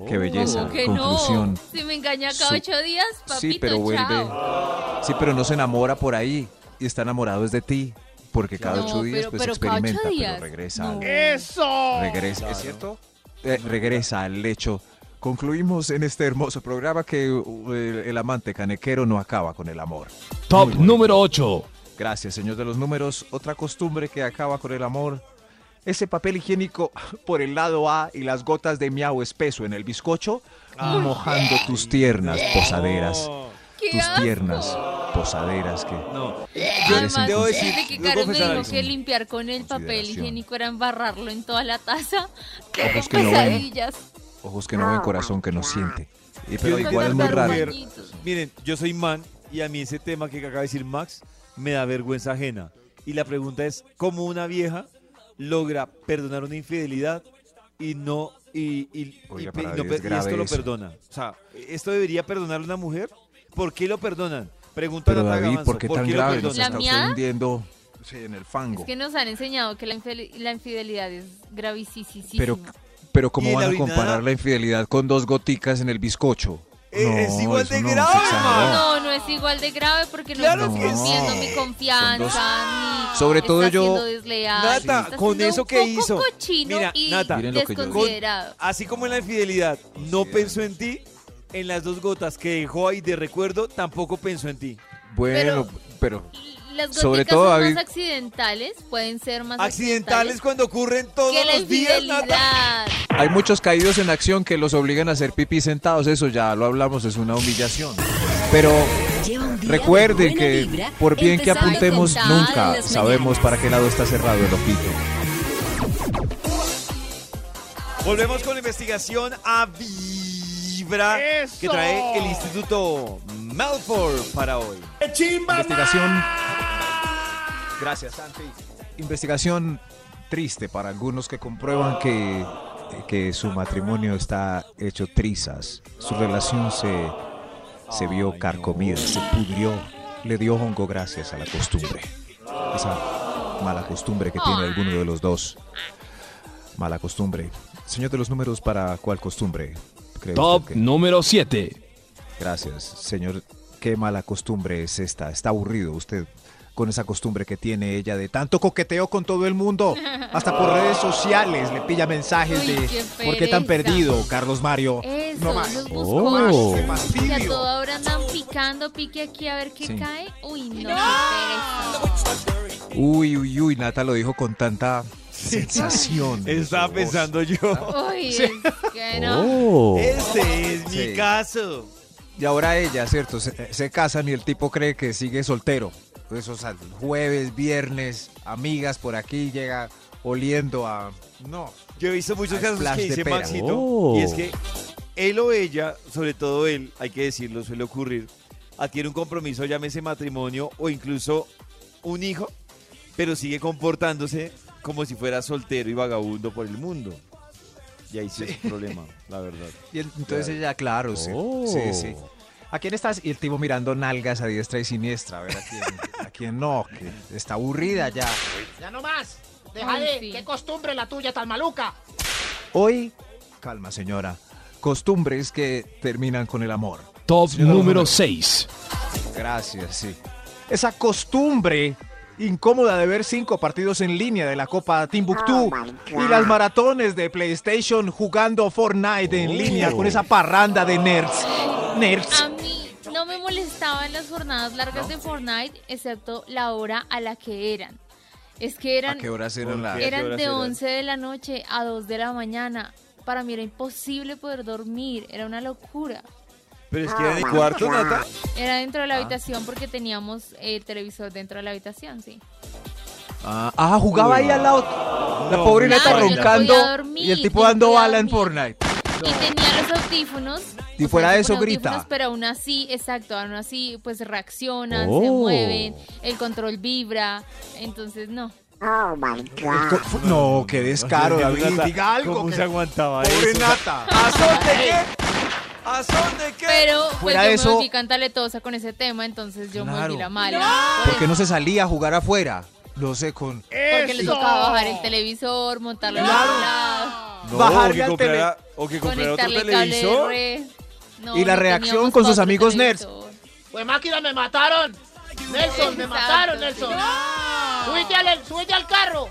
[SPEAKER 4] Qué
[SPEAKER 3] Oh.
[SPEAKER 4] belleza.
[SPEAKER 5] Como que
[SPEAKER 4] Conclusión.
[SPEAKER 5] no. Si me engaña cada
[SPEAKER 4] Su-
[SPEAKER 5] ocho días, papito,
[SPEAKER 4] sí, pero vuelve.
[SPEAKER 5] chao.
[SPEAKER 4] Sí, pero no se enamora por ahí y está enamorado es de ti, porque cada
[SPEAKER 5] No,
[SPEAKER 4] ocho días
[SPEAKER 5] pero-
[SPEAKER 4] pues
[SPEAKER 5] pero cada ocho
[SPEAKER 4] experimenta,
[SPEAKER 5] días,
[SPEAKER 4] pero regresa,
[SPEAKER 5] no.
[SPEAKER 4] al-
[SPEAKER 11] Eso.
[SPEAKER 4] regresa, Eh, ¿es cierto? Eh, regresa al lecho. Concluimos en este hermoso programa que uh, el, el amante canequero no acaba con el amor.
[SPEAKER 12] Top
[SPEAKER 4] Muy bonito.
[SPEAKER 12] número 8.
[SPEAKER 4] Gracias, señor de los números. Otra costumbre que acaba con el amor. Ese papel higiénico por el lado A y las gotas de miau espeso en el bizcocho, mojando tus tiernas posaderas.
[SPEAKER 3] Ah. No,
[SPEAKER 5] Qué
[SPEAKER 4] Tus
[SPEAKER 5] asco.
[SPEAKER 4] tiernas posaderas que...
[SPEAKER 3] no.
[SPEAKER 5] Además,
[SPEAKER 4] Yo les
[SPEAKER 3] debo decir-
[SPEAKER 5] desde que
[SPEAKER 3] debo
[SPEAKER 5] Karen me
[SPEAKER 3] confesar
[SPEAKER 5] dijo
[SPEAKER 4] algo.
[SPEAKER 5] que limpiar con el papel
[SPEAKER 4] Consideración.
[SPEAKER 5] higiénico era embarrarlo en toda la taza, tengo
[SPEAKER 4] Ojos que no ven.
[SPEAKER 5] pesadillas.
[SPEAKER 4] Ojos que no ven, corazón que no siente. Y pero
[SPEAKER 3] Yo
[SPEAKER 4] igual es muy
[SPEAKER 3] intentar
[SPEAKER 4] raro.
[SPEAKER 3] ver-
[SPEAKER 5] Bañitos.
[SPEAKER 3] Miren, yo soy man y a mí ese tema que acaba de decir Max me da vergüenza ajena. Y la pregunta es, ¿cómo una vieja logra perdonar una infidelidad y no... Y, y-
[SPEAKER 4] Oiga,
[SPEAKER 3] y pe-
[SPEAKER 4] para
[SPEAKER 3] y no
[SPEAKER 4] Dios,
[SPEAKER 3] pe- y
[SPEAKER 4] es grave
[SPEAKER 3] esto lo
[SPEAKER 4] eso.
[SPEAKER 3] perdona. O sea, ¿esto debería perdonar una mujer? ¿Por qué lo perdonan? Pregunta
[SPEAKER 4] Pero
[SPEAKER 3] Nata
[SPEAKER 4] David,
[SPEAKER 3] Gavanzo,
[SPEAKER 4] ¿por qué tan
[SPEAKER 3] lo
[SPEAKER 4] grave? Nos
[SPEAKER 3] perdonan?
[SPEAKER 5] ¿La
[SPEAKER 4] está
[SPEAKER 5] miada?
[SPEAKER 4] usted hundiendo sí, en el
[SPEAKER 5] Es
[SPEAKER 4] fango.
[SPEAKER 5] que nos han enseñado que la, infel- la infidelidad es gravísima.
[SPEAKER 4] Pero, pero
[SPEAKER 3] ¿Y
[SPEAKER 4] ¿cómo
[SPEAKER 3] la
[SPEAKER 4] van a
[SPEAKER 3] orinada?
[SPEAKER 4] comparar la infidelidad con dos goticas en el bizcocho?
[SPEAKER 3] Eh, es igual
[SPEAKER 4] eso
[SPEAKER 3] de
[SPEAKER 4] se
[SPEAKER 3] grave,
[SPEAKER 4] exageró.
[SPEAKER 5] No, no es igual de grave porque
[SPEAKER 3] Claro
[SPEAKER 5] no
[SPEAKER 4] que
[SPEAKER 5] estás
[SPEAKER 4] sí.
[SPEAKER 5] teniendo mi confianza. ni
[SPEAKER 4] Sobre todo
[SPEAKER 5] estás
[SPEAKER 4] yo-
[SPEAKER 5] siendo desleal,
[SPEAKER 3] Nata,
[SPEAKER 5] estás
[SPEAKER 3] con
[SPEAKER 5] siendo
[SPEAKER 3] eso
[SPEAKER 5] un
[SPEAKER 3] que
[SPEAKER 5] poco
[SPEAKER 3] hizo.
[SPEAKER 5] cochino
[SPEAKER 3] Mira,
[SPEAKER 5] y
[SPEAKER 3] Nata,
[SPEAKER 4] Miren lo que yo-
[SPEAKER 5] desconsiderado.
[SPEAKER 3] Así como en la infidelidad no pensó en ti, en las dos gotas que dejó ahí de recuerdo tampoco pensó en ti.
[SPEAKER 4] Bueno, pero,
[SPEAKER 5] Las goticas
[SPEAKER 4] Sobre todo,
[SPEAKER 5] son
[SPEAKER 4] David-
[SPEAKER 5] más accidentales, pueden ser más
[SPEAKER 3] Accidentales cuando ocurren todos
[SPEAKER 5] que la
[SPEAKER 3] los días, Nata.
[SPEAKER 5] infidelidad.
[SPEAKER 4] hay muchos caídos en acción que los obligan a hacer pipí sentados. Eso ya lo hablamos, es una humillación. Pero
[SPEAKER 1] Lleva un día
[SPEAKER 4] Recuerden
[SPEAKER 1] de buena
[SPEAKER 4] que
[SPEAKER 1] vibra,
[SPEAKER 4] por bien que
[SPEAKER 1] empezando
[SPEAKER 4] apuntemos,
[SPEAKER 5] con tal en
[SPEAKER 4] nunca
[SPEAKER 5] las
[SPEAKER 4] sabemos
[SPEAKER 5] mañanas.
[SPEAKER 4] para qué lado está cerrado el ojito.
[SPEAKER 3] Volvemos con la investigación a Vibra que
[SPEAKER 11] ¡Eso!
[SPEAKER 3] trae el Instituto Malfour para hoy.
[SPEAKER 4] Investigación,
[SPEAKER 11] Gracias, Santi.
[SPEAKER 4] investigación triste para algunos que comprueban que, que su matrimonio está hecho trizas. Su relación se, se vio carcomida, se pudrió, le dio hongo gracias a la costumbre. Esa mala costumbre que tiene alguno de los dos. Mala costumbre. Señor de los números, ¿para cuál costumbre? cree
[SPEAKER 12] Top
[SPEAKER 4] usted que-
[SPEAKER 12] número 7.
[SPEAKER 4] Gracias, señor. Qué mala costumbre es esta. Está aburrido usted con esa costumbre que tiene ella de tanto coqueteo con todo el mundo. Hasta por redes sociales le pilla mensajes
[SPEAKER 5] Uy,
[SPEAKER 4] de
[SPEAKER 5] qué
[SPEAKER 4] ¿por qué tan
[SPEAKER 5] pereza". Eh,
[SPEAKER 4] perdido, Carlos Mario?
[SPEAKER 5] Eso,
[SPEAKER 4] no más.
[SPEAKER 5] los
[SPEAKER 12] Oh.
[SPEAKER 5] buscones. Que a
[SPEAKER 4] Fastidio.
[SPEAKER 5] toda hora andan picando, pique aquí a ver qué
[SPEAKER 4] Sí.
[SPEAKER 5] cae. Uy, no. qué pereza.
[SPEAKER 4] Uy, uy, uy, Nata lo dijo con tanta sensación. de su
[SPEAKER 3] Estaba
[SPEAKER 4] voz.
[SPEAKER 3] pensando yo.
[SPEAKER 5] Uy, es que no.
[SPEAKER 4] Oh. Eh,
[SPEAKER 3] Este es
[SPEAKER 4] Sí.
[SPEAKER 3] mi caso.
[SPEAKER 4] Y ahora ella, ¿cierto? Se, se casan y el tipo cree que sigue soltero. Eso es al jueves, viernes, amigas por aquí, llega oliendo a... No,
[SPEAKER 3] Yo he visto muchos
[SPEAKER 4] Al
[SPEAKER 3] casos
[SPEAKER 4] flash
[SPEAKER 3] que
[SPEAKER 4] de
[SPEAKER 3] dice
[SPEAKER 4] pera.
[SPEAKER 3] Maxito.
[SPEAKER 12] Oh.
[SPEAKER 3] Y es que él o ella, sobre todo él, hay que decirlo, suele ocurrir, adquiere un compromiso, llámese matrimonio o incluso un hijo, pero sigue comportándose como si fuera soltero y vagabundo por el mundo. Y ahí sí, es un problema, la verdad.
[SPEAKER 4] Y el- entonces ella, claro, sí,
[SPEAKER 12] Oh.
[SPEAKER 4] sí, sí. ¿A quién estás? Y el tipo mirando nalgas a diestra y siniestra, a ver a quién, a quién no, que está aburrida ya.
[SPEAKER 7] Ya no más. Deja
[SPEAKER 5] Ay,
[SPEAKER 7] de.
[SPEAKER 5] sí.
[SPEAKER 7] Qué costumbre la tuya tan maluca.
[SPEAKER 4] Hoy, calma señora, costumbres que terminan con el amor.
[SPEAKER 12] Top
[SPEAKER 4] Señora
[SPEAKER 12] número
[SPEAKER 4] Romero.
[SPEAKER 12] 6.
[SPEAKER 4] Gracias, sí. Esa costumbre incómoda de ver cinco partidos en línea de la Copa Timbuktu y las maratones de PlayStation jugando Fortnite en línea con esa parranda de nerds. Nerds.
[SPEAKER 5] A mí no me molestaban las jornadas largas de Fortnite, excepto la hora a la que eran. Es que eran,
[SPEAKER 4] horas eran
[SPEAKER 3] las- ¿A qué
[SPEAKER 5] eran
[SPEAKER 3] horas
[SPEAKER 5] de
[SPEAKER 3] eran?
[SPEAKER 5] 11 de la noche a 2 de la mañana. Para mí era imposible poder dormir, era una locura.
[SPEAKER 3] Pero es que
[SPEAKER 4] Ah,
[SPEAKER 3] en el cuarto, Nata,
[SPEAKER 5] Era dentro de la habitación porque teníamos eh, el televisor dentro de la habitación, sí.
[SPEAKER 4] Ah, ah, jugaba ahí al lado. La
[SPEAKER 3] No,
[SPEAKER 4] pobre
[SPEAKER 3] muy
[SPEAKER 4] neta
[SPEAKER 3] Claro, yo no
[SPEAKER 4] roncando
[SPEAKER 5] podía dormir,
[SPEAKER 4] y el tipo
[SPEAKER 5] yo no
[SPEAKER 4] dando
[SPEAKER 5] podía
[SPEAKER 4] bala en
[SPEAKER 5] dormir.
[SPEAKER 4] Fortnite.
[SPEAKER 5] Y tenía los audífonos.
[SPEAKER 4] Y
[SPEAKER 5] o
[SPEAKER 4] fuera
[SPEAKER 5] sea,
[SPEAKER 4] de
[SPEAKER 5] con
[SPEAKER 4] eso, grita.
[SPEAKER 5] audífonos, Pero aún así, exacto, aún así, pues reaccionan, se
[SPEAKER 12] Oh.
[SPEAKER 5] mueven, el control vibra. Entonces, no.
[SPEAKER 4] El co- fu- No, qué descaro, David.
[SPEAKER 3] Nata,
[SPEAKER 4] Diga algo.
[SPEAKER 3] ¿Cómo
[SPEAKER 4] que-
[SPEAKER 3] se aguantaba
[SPEAKER 4] Pobre
[SPEAKER 3] eso?
[SPEAKER 4] nata.
[SPEAKER 3] ¿A son de qué?
[SPEAKER 5] Pero pues
[SPEAKER 4] Fuera
[SPEAKER 5] yo
[SPEAKER 4] de
[SPEAKER 5] me
[SPEAKER 4] eso-
[SPEAKER 5] volví cantaletosa con ese tema, entonces yo me
[SPEAKER 4] Claro.
[SPEAKER 5] volví la mala. Por
[SPEAKER 4] ¿Por qué no se salía a jugar afuera? No sé, con...
[SPEAKER 5] eso- Porque le tocaba bajar el televisor, montarlo en
[SPEAKER 4] Claro.
[SPEAKER 5] otro lado,
[SPEAKER 3] No,
[SPEAKER 4] Bajarle
[SPEAKER 3] o que
[SPEAKER 4] al
[SPEAKER 3] comprara, o que comprara otro
[SPEAKER 5] conectarle el cable de
[SPEAKER 3] televisor.
[SPEAKER 5] red. No,
[SPEAKER 4] Y la
[SPEAKER 5] no
[SPEAKER 4] reacción
[SPEAKER 5] teníamos
[SPEAKER 4] con sus
[SPEAKER 5] cuatro
[SPEAKER 4] amigos nerds.
[SPEAKER 5] televisor.
[SPEAKER 7] Pues máquina, me mataron. Nelson, me
[SPEAKER 5] Exacto,
[SPEAKER 7] mataron,
[SPEAKER 5] sí.
[SPEAKER 7] Nelson. Súbete al, súbete al carro.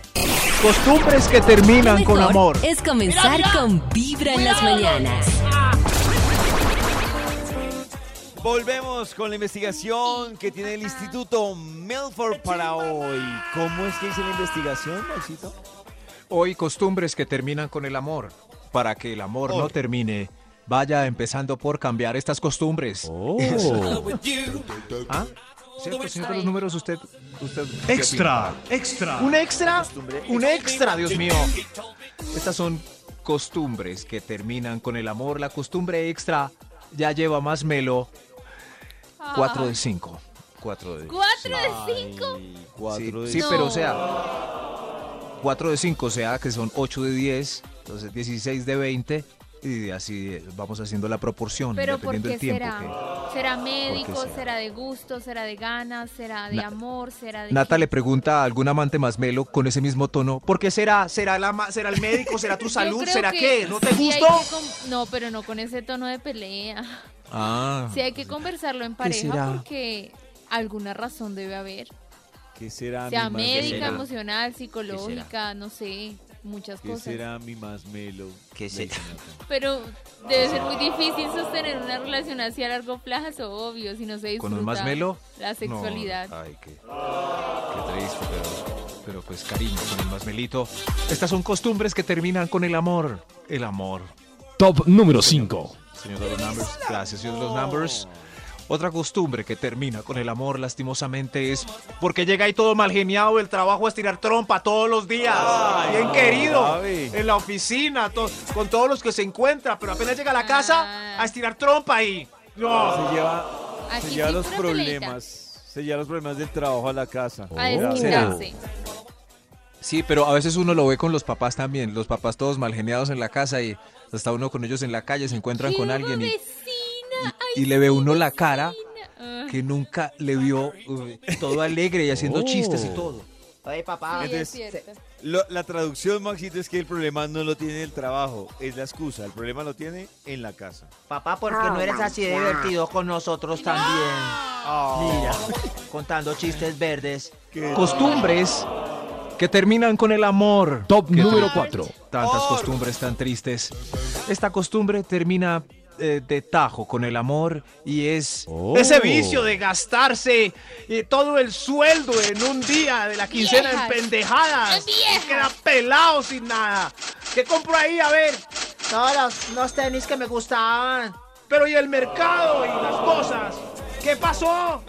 [SPEAKER 4] Costumbres que terminan
[SPEAKER 1] Lo
[SPEAKER 4] con
[SPEAKER 1] mejor
[SPEAKER 4] amor.
[SPEAKER 1] Es comenzar
[SPEAKER 7] Mira, mira.
[SPEAKER 1] con Vibra en las mañanas.
[SPEAKER 3] Volvemos con la investigación que tiene
[SPEAKER 5] Ah.
[SPEAKER 3] el Instituto Milford para hoy. ¿Cómo es que hice la investigación, Maxito?
[SPEAKER 4] Hoy costumbres que terminan con el amor. Para que el amor no termine, vaya empezando por cambiar estas costumbres.
[SPEAKER 3] Oh.
[SPEAKER 4] ¿Ah? ¿Cierto, señor de los números, usted... usted ¿qué
[SPEAKER 6] Extra, extra.
[SPEAKER 4] ¿Un extra? Un extra, Dios mío. Estas son costumbres que terminan con el amor. La costumbre extra ya lleva más melo. 4 de 5. 4 de
[SPEAKER 5] Ah. ¿Cuatro de cinco?
[SPEAKER 3] Ay,
[SPEAKER 4] Sí,
[SPEAKER 3] cuatro de-
[SPEAKER 4] sí,
[SPEAKER 5] cinco.
[SPEAKER 4] pero o sea, 4 de 5, o sea que son 8 de 10, entonces 16 de 20 y así eh, vamos haciendo la proporción
[SPEAKER 5] Pero ¿por
[SPEAKER 4] dependiendo
[SPEAKER 5] qué
[SPEAKER 4] del tiempo.
[SPEAKER 5] será? ¿Será médico?
[SPEAKER 4] será?
[SPEAKER 5] ¿Será de gusto? ¿Será de ganas? ¿Será de
[SPEAKER 4] Na-
[SPEAKER 5] amor? ¿Será
[SPEAKER 4] que-
[SPEAKER 5] de
[SPEAKER 4] Nata
[SPEAKER 5] qué?
[SPEAKER 4] le pregunta a algún amante más melo con ese mismo tono, ¿por qué será? ¿Será, la ma- será el médico? ¿Será tu
[SPEAKER 5] Yo
[SPEAKER 4] salud?
[SPEAKER 5] creo
[SPEAKER 4] ¿Será
[SPEAKER 5] que
[SPEAKER 4] qué? ¿No te
[SPEAKER 5] sí hay
[SPEAKER 4] gustó?
[SPEAKER 5] que com- no, pero no con ese tono de pelea.
[SPEAKER 4] Ah.
[SPEAKER 5] Sí hay que conversarlo en pareja
[SPEAKER 4] será?
[SPEAKER 5] porque alguna razón debe haber.
[SPEAKER 3] ¿Qué será mi
[SPEAKER 5] sea
[SPEAKER 3] más
[SPEAKER 5] médica,
[SPEAKER 3] melo?
[SPEAKER 5] emocional, psicológica, no sé, muchas
[SPEAKER 3] ¿Qué
[SPEAKER 5] cosas.
[SPEAKER 3] será mi más melo?
[SPEAKER 10] ¿Qué
[SPEAKER 3] Me
[SPEAKER 10] será?
[SPEAKER 3] dice Nata.
[SPEAKER 5] Pero debe ser
[SPEAKER 4] Ah.
[SPEAKER 5] muy difícil sostener una relación así a largo plazo, obvio, si no se disfruta
[SPEAKER 4] ¿Con un más melo?
[SPEAKER 5] la sexualidad.
[SPEAKER 4] No, Ah. ay, qué, qué triste, pero, pero pues cariño, con el más melito. Estas son costumbres que terminan con el amor. El amor.
[SPEAKER 12] Top número 5.
[SPEAKER 4] Señor de los numbers, gracias, señor de los numbers. Otra costumbre que termina con el amor, lastimosamente, es porque llega ahí todo mal geniado, el trabajo es tirar trompa todos los días. bien querido.
[SPEAKER 3] Gaby.
[SPEAKER 4] En la oficina, to- con todos los que se encuentra, pero apenas llega a la casa, a estirar trompa ahí. No.
[SPEAKER 3] Se lleva, se
[SPEAKER 5] Aquí
[SPEAKER 3] lleva
[SPEAKER 5] sí,
[SPEAKER 3] los
[SPEAKER 5] pura peleita.
[SPEAKER 3] problemas. Se lleva los problemas del trabajo a la casa.
[SPEAKER 5] A
[SPEAKER 4] Oh.
[SPEAKER 3] Será.
[SPEAKER 5] desquitarse.
[SPEAKER 4] Sí, pero a veces uno lo ve con los papás también, los papás todos mal geniados en la casa y hasta uno con ellos en la calle se encuentran con
[SPEAKER 5] Quiero
[SPEAKER 4] alguien y,
[SPEAKER 5] vecina,
[SPEAKER 4] y
[SPEAKER 5] ay,
[SPEAKER 4] le ve uno la
[SPEAKER 5] vecina.
[SPEAKER 4] cara
[SPEAKER 5] Ah.
[SPEAKER 4] que nunca le vio eh, todo alegre y
[SPEAKER 12] Oh.
[SPEAKER 4] haciendo chistes y todo.
[SPEAKER 7] Oye, papá.
[SPEAKER 5] Sí, es
[SPEAKER 4] este,
[SPEAKER 3] Entonces,
[SPEAKER 5] cierto.
[SPEAKER 3] Lo- la traducción, Maxito, es que el problema no lo tiene el trabajo, es la excusa. El problema lo tiene en la casa.
[SPEAKER 12] Papá, ¿por qué Ah, no eres así de divertido con nosotros también? Mira, contando chistes verdes. Ah.
[SPEAKER 4] Costumbres que terminan con el amor.
[SPEAKER 6] Top
[SPEAKER 4] Que tienen
[SPEAKER 6] número 4.
[SPEAKER 4] Tantas costumbres tan tristes. Esta costumbre termina eh, de tajo con el amor y es
[SPEAKER 6] Oh.
[SPEAKER 4] ese vicio de gastarse eh, todo el sueldo en un día de la quincena
[SPEAKER 5] Viejas.
[SPEAKER 4] en pendejadas.
[SPEAKER 5] ¡Qué viejas!
[SPEAKER 4] Y Queda pelado sin nada. ¿Qué compro ahí? A ver.
[SPEAKER 12] Todos los, los tenis que me gustaban.
[SPEAKER 4] Pero y el mercado y las cosas. ¿Qué pasó?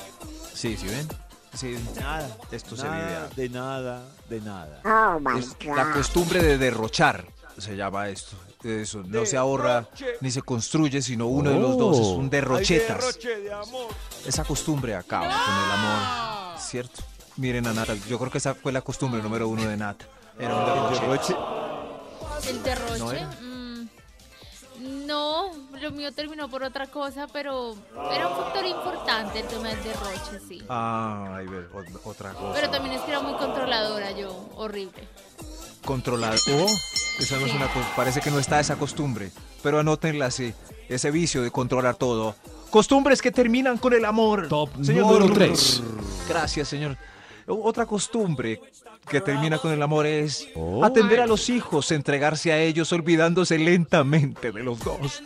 [SPEAKER 4] Sí, ¿sí ven? Sí,
[SPEAKER 3] Nada.
[SPEAKER 4] Esto se
[SPEAKER 3] nada,
[SPEAKER 4] vive
[SPEAKER 3] de nada, de nada.
[SPEAKER 4] Es la costumbre de derrochar, se llama esto. Eso, no se ahorra ni se construye, sino uno de los dos. Es un
[SPEAKER 3] Ay,
[SPEAKER 4] derrochetas.
[SPEAKER 3] derroche de amor.
[SPEAKER 4] Esa costumbre acaba con el amor. ¿Cierto? Miren a Nata, yo creo que esa fue la costumbre número uno de Nata. Era un derroche.
[SPEAKER 3] Derroche.
[SPEAKER 5] El
[SPEAKER 4] No
[SPEAKER 5] derroche.
[SPEAKER 4] era.
[SPEAKER 5] mm, No, lo mío terminó por otra cosa, pero era un factor importante el tema del derroche, sí.
[SPEAKER 4] Ay, ver, ot- otra cosa.
[SPEAKER 5] Pero también es que era muy controladora yo, horrible.
[SPEAKER 4] controlar. Oh, esa no es
[SPEAKER 5] Sí.
[SPEAKER 4] una cos- Parece que no está esa costumbre. Pero anótenla así. Ese vicio de controlar todo. Costumbres que terminan con el amor.
[SPEAKER 6] Top número
[SPEAKER 4] Blum.
[SPEAKER 6] tres.
[SPEAKER 4] Gracias, señor. O- Otra costumbre que termina con el amor es
[SPEAKER 6] Oh.
[SPEAKER 4] atender a los hijos, entregarse a ellos, olvidándose lentamente de los dos.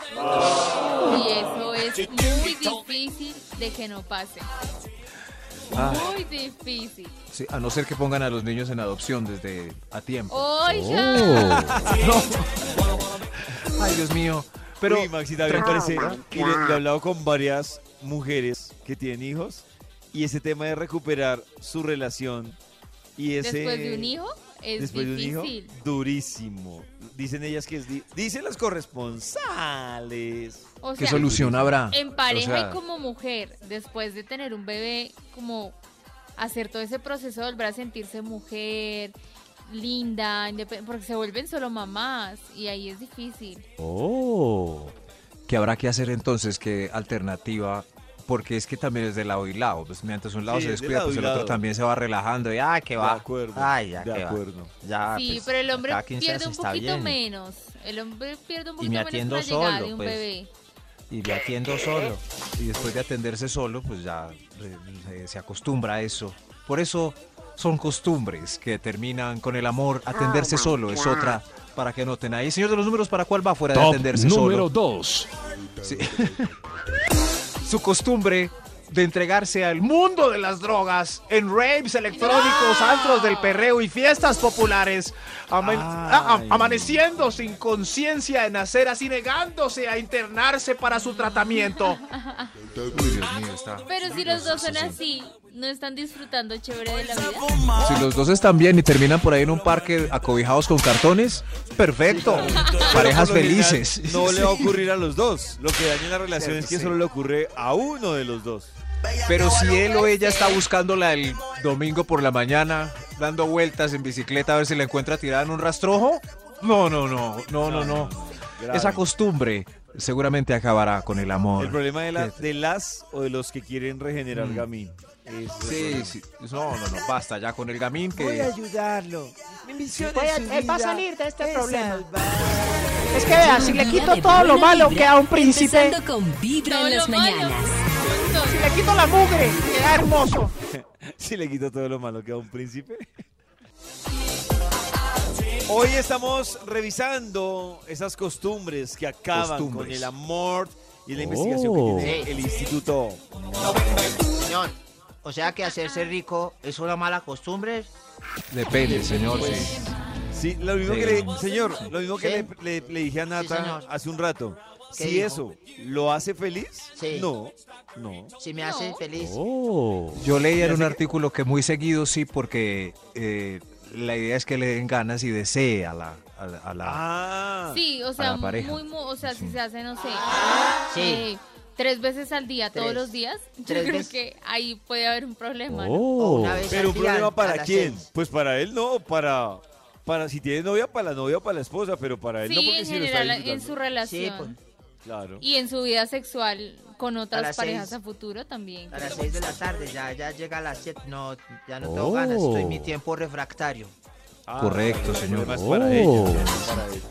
[SPEAKER 5] Y eso es muy difícil de que no pase.
[SPEAKER 3] Ah.
[SPEAKER 5] Muy difícil.
[SPEAKER 4] Sí, a no ser que pongan a los niños en adopción desde a tiempo.
[SPEAKER 5] Oh. Oiga,
[SPEAKER 6] Oh.
[SPEAKER 4] Ay, Dios mío. Pero
[SPEAKER 3] Uy, Maxita, a mí me parece. Y le, le he hablado con varias mujeres que tienen hijos. Y ese tema de recuperar su relación. Y ese.
[SPEAKER 5] después de un hijo es
[SPEAKER 3] después de un
[SPEAKER 5] difícil.
[SPEAKER 3] hijo, durísimo. Dicen ellas que es. di- dicen las corresponsales.
[SPEAKER 5] O
[SPEAKER 4] ¿qué
[SPEAKER 5] sea,
[SPEAKER 4] solución habrá?
[SPEAKER 5] en pareja
[SPEAKER 4] O sea,
[SPEAKER 5] y como mujer, después de tener un bebé, como hacer todo ese proceso de volver a sentirse mujer, linda, indepe- porque se vuelven solo mamás y ahí es difícil.
[SPEAKER 6] Oh.
[SPEAKER 4] ¿Qué habrá que hacer entonces? ¿Qué alternativa? Porque es que también es de lado y lado. Pues mientras un lado
[SPEAKER 3] Sí,
[SPEAKER 4] se
[SPEAKER 3] es de
[SPEAKER 4] descuida,
[SPEAKER 3] lado
[SPEAKER 4] pues
[SPEAKER 3] y
[SPEAKER 4] el
[SPEAKER 3] lado.
[SPEAKER 4] otro también se va relajando. Y ah, que
[SPEAKER 3] De
[SPEAKER 4] va.
[SPEAKER 3] acuerdo.
[SPEAKER 12] Ay, ya
[SPEAKER 3] de
[SPEAKER 12] que va.
[SPEAKER 3] acuerdo.
[SPEAKER 12] Ya,
[SPEAKER 5] sí,
[SPEAKER 12] pues,
[SPEAKER 5] pero el hombre
[SPEAKER 12] cada 15
[SPEAKER 5] pierde
[SPEAKER 12] días
[SPEAKER 5] un
[SPEAKER 12] está
[SPEAKER 5] poquito
[SPEAKER 12] bien.
[SPEAKER 5] menos. El hombre pierde un
[SPEAKER 12] Y me
[SPEAKER 5] poquito menos
[SPEAKER 12] atiendo
[SPEAKER 5] con la llegada
[SPEAKER 12] solo,
[SPEAKER 5] de un
[SPEAKER 12] pues.
[SPEAKER 5] bebé.
[SPEAKER 4] Y me atiendo solo. Y después de atenderse solo, pues ya re- se- se acostumbra a eso. Por eso son costumbres que terminan con el amor.
[SPEAKER 5] Ah,
[SPEAKER 4] Atenderse solo es otra para que anoten ahí. Señor de los números, ¿para cuál va fuera de
[SPEAKER 6] Top
[SPEAKER 4] atenderse solo?
[SPEAKER 6] número 2.
[SPEAKER 4] Sí. Su costumbre de entregarse al mundo de las drogas en raves electrónicos, antros del perreo y fiestas populares, ama- a- a- amaneciendo sin conciencia en aceras y negándose a internarse para su tratamiento.
[SPEAKER 12] Ah,
[SPEAKER 5] Pero si los dos son así, no están disfrutando chévere de la vida.
[SPEAKER 4] Si los dos están bien y terminan por ahí en un parque acobijados con cartones, perfecto. Parejas
[SPEAKER 3] Por lo general,
[SPEAKER 4] felices.
[SPEAKER 3] No le va a ocurrir a los dos. Lo que daña la relación es que
[SPEAKER 4] sí.
[SPEAKER 3] solo le ocurre a uno de los dos.
[SPEAKER 4] Pero si él o ella está buscándola el domingo por la mañana, dando vueltas en bicicleta a ver si la encuentra tirada en un rastrojo, no, no, no, no, no, no.
[SPEAKER 3] Grave.
[SPEAKER 4] Esa costumbre seguramente acabará con el amor.
[SPEAKER 3] El problema de, la-
[SPEAKER 4] Que-
[SPEAKER 3] de las o de los que quieren regenerar
[SPEAKER 4] Mm.
[SPEAKER 3] gamín.
[SPEAKER 4] Sí, sí. No, no, no, basta ya con el gamín que...
[SPEAKER 12] ayudarlo.
[SPEAKER 7] Voy a- él va a salir de este problema.
[SPEAKER 12] Es que vea, si Eh, le quito todo lo malo que a un príncipe,
[SPEAKER 1] Empezando con Vibra
[SPEAKER 5] Todo
[SPEAKER 1] en las
[SPEAKER 5] lo malo.
[SPEAKER 1] mañanas.
[SPEAKER 7] Si le quito la mugre, queda hermoso.
[SPEAKER 3] Si le quito todo lo malo que a un príncipe. Hoy estamos revisando esas costumbres que acaban con
[SPEAKER 4] Costumbres.
[SPEAKER 3] el amor y la investigación que
[SPEAKER 6] Oh.
[SPEAKER 3] tiene el instituto.
[SPEAKER 12] señor. O sea que hacerse rico es una mala costumbre.
[SPEAKER 4] Depende, señor,
[SPEAKER 3] Pues,
[SPEAKER 4] sí.
[SPEAKER 3] Sí, lo mismo
[SPEAKER 4] Sí.
[SPEAKER 3] que le, señor, lo mismo que
[SPEAKER 12] Sí.
[SPEAKER 3] le, le- le dije a Nata
[SPEAKER 12] señor.
[SPEAKER 3] hace un rato.
[SPEAKER 12] ¿Qué
[SPEAKER 3] si
[SPEAKER 12] dijo?
[SPEAKER 3] eso lo hace feliz,
[SPEAKER 12] Sí.
[SPEAKER 3] no, no.
[SPEAKER 12] Si me hace
[SPEAKER 5] No.
[SPEAKER 12] feliz.
[SPEAKER 6] Oh.
[SPEAKER 4] Yo leía en
[SPEAKER 3] Ya sé
[SPEAKER 4] un
[SPEAKER 3] que-
[SPEAKER 4] artículo que muy seguido sí, porque eh, la idea es que le den ganas y desee a la. A la, a la-
[SPEAKER 3] Ah,
[SPEAKER 5] Sí, o sea,
[SPEAKER 4] la pareja.
[SPEAKER 5] muy, muy, o sea, si
[SPEAKER 4] Sí.
[SPEAKER 5] se hace, no sé,
[SPEAKER 12] Sí.
[SPEAKER 5] eh, tres veces al día, todos
[SPEAKER 12] Tres.
[SPEAKER 5] los días, yo
[SPEAKER 12] Tres
[SPEAKER 5] creo
[SPEAKER 12] veces.
[SPEAKER 5] que ahí puede haber un problema. ¿no?
[SPEAKER 6] Oh.
[SPEAKER 12] Una vez
[SPEAKER 3] pero
[SPEAKER 12] al
[SPEAKER 3] un
[SPEAKER 12] día,
[SPEAKER 3] problema
[SPEAKER 12] a
[SPEAKER 3] para
[SPEAKER 12] las
[SPEAKER 3] quién?
[SPEAKER 12] seis.
[SPEAKER 3] Pues para él no, para para si tiene novia, para la novia o para la esposa, pero para él
[SPEAKER 5] Sí,
[SPEAKER 3] no porque
[SPEAKER 5] en
[SPEAKER 3] si lo está
[SPEAKER 5] general, en
[SPEAKER 3] disfrutando.
[SPEAKER 5] su relación.
[SPEAKER 12] Sí, pues,
[SPEAKER 3] Claro.
[SPEAKER 5] Y en su vida sexual con
[SPEAKER 12] A
[SPEAKER 5] otras
[SPEAKER 12] las
[SPEAKER 5] parejas
[SPEAKER 12] seis.
[SPEAKER 5] a futuro también.
[SPEAKER 12] a
[SPEAKER 5] creo.
[SPEAKER 12] las 6 de la tarde, ya, ya llega a las 7. No, ya no tengo
[SPEAKER 6] Oh.
[SPEAKER 12] ganas, estoy en mi tiempo refractario.
[SPEAKER 3] Ah,
[SPEAKER 4] Correcto,
[SPEAKER 3] el
[SPEAKER 4] señor.
[SPEAKER 3] problema es para
[SPEAKER 6] Oh.
[SPEAKER 3] ellos, el problema es para ellos.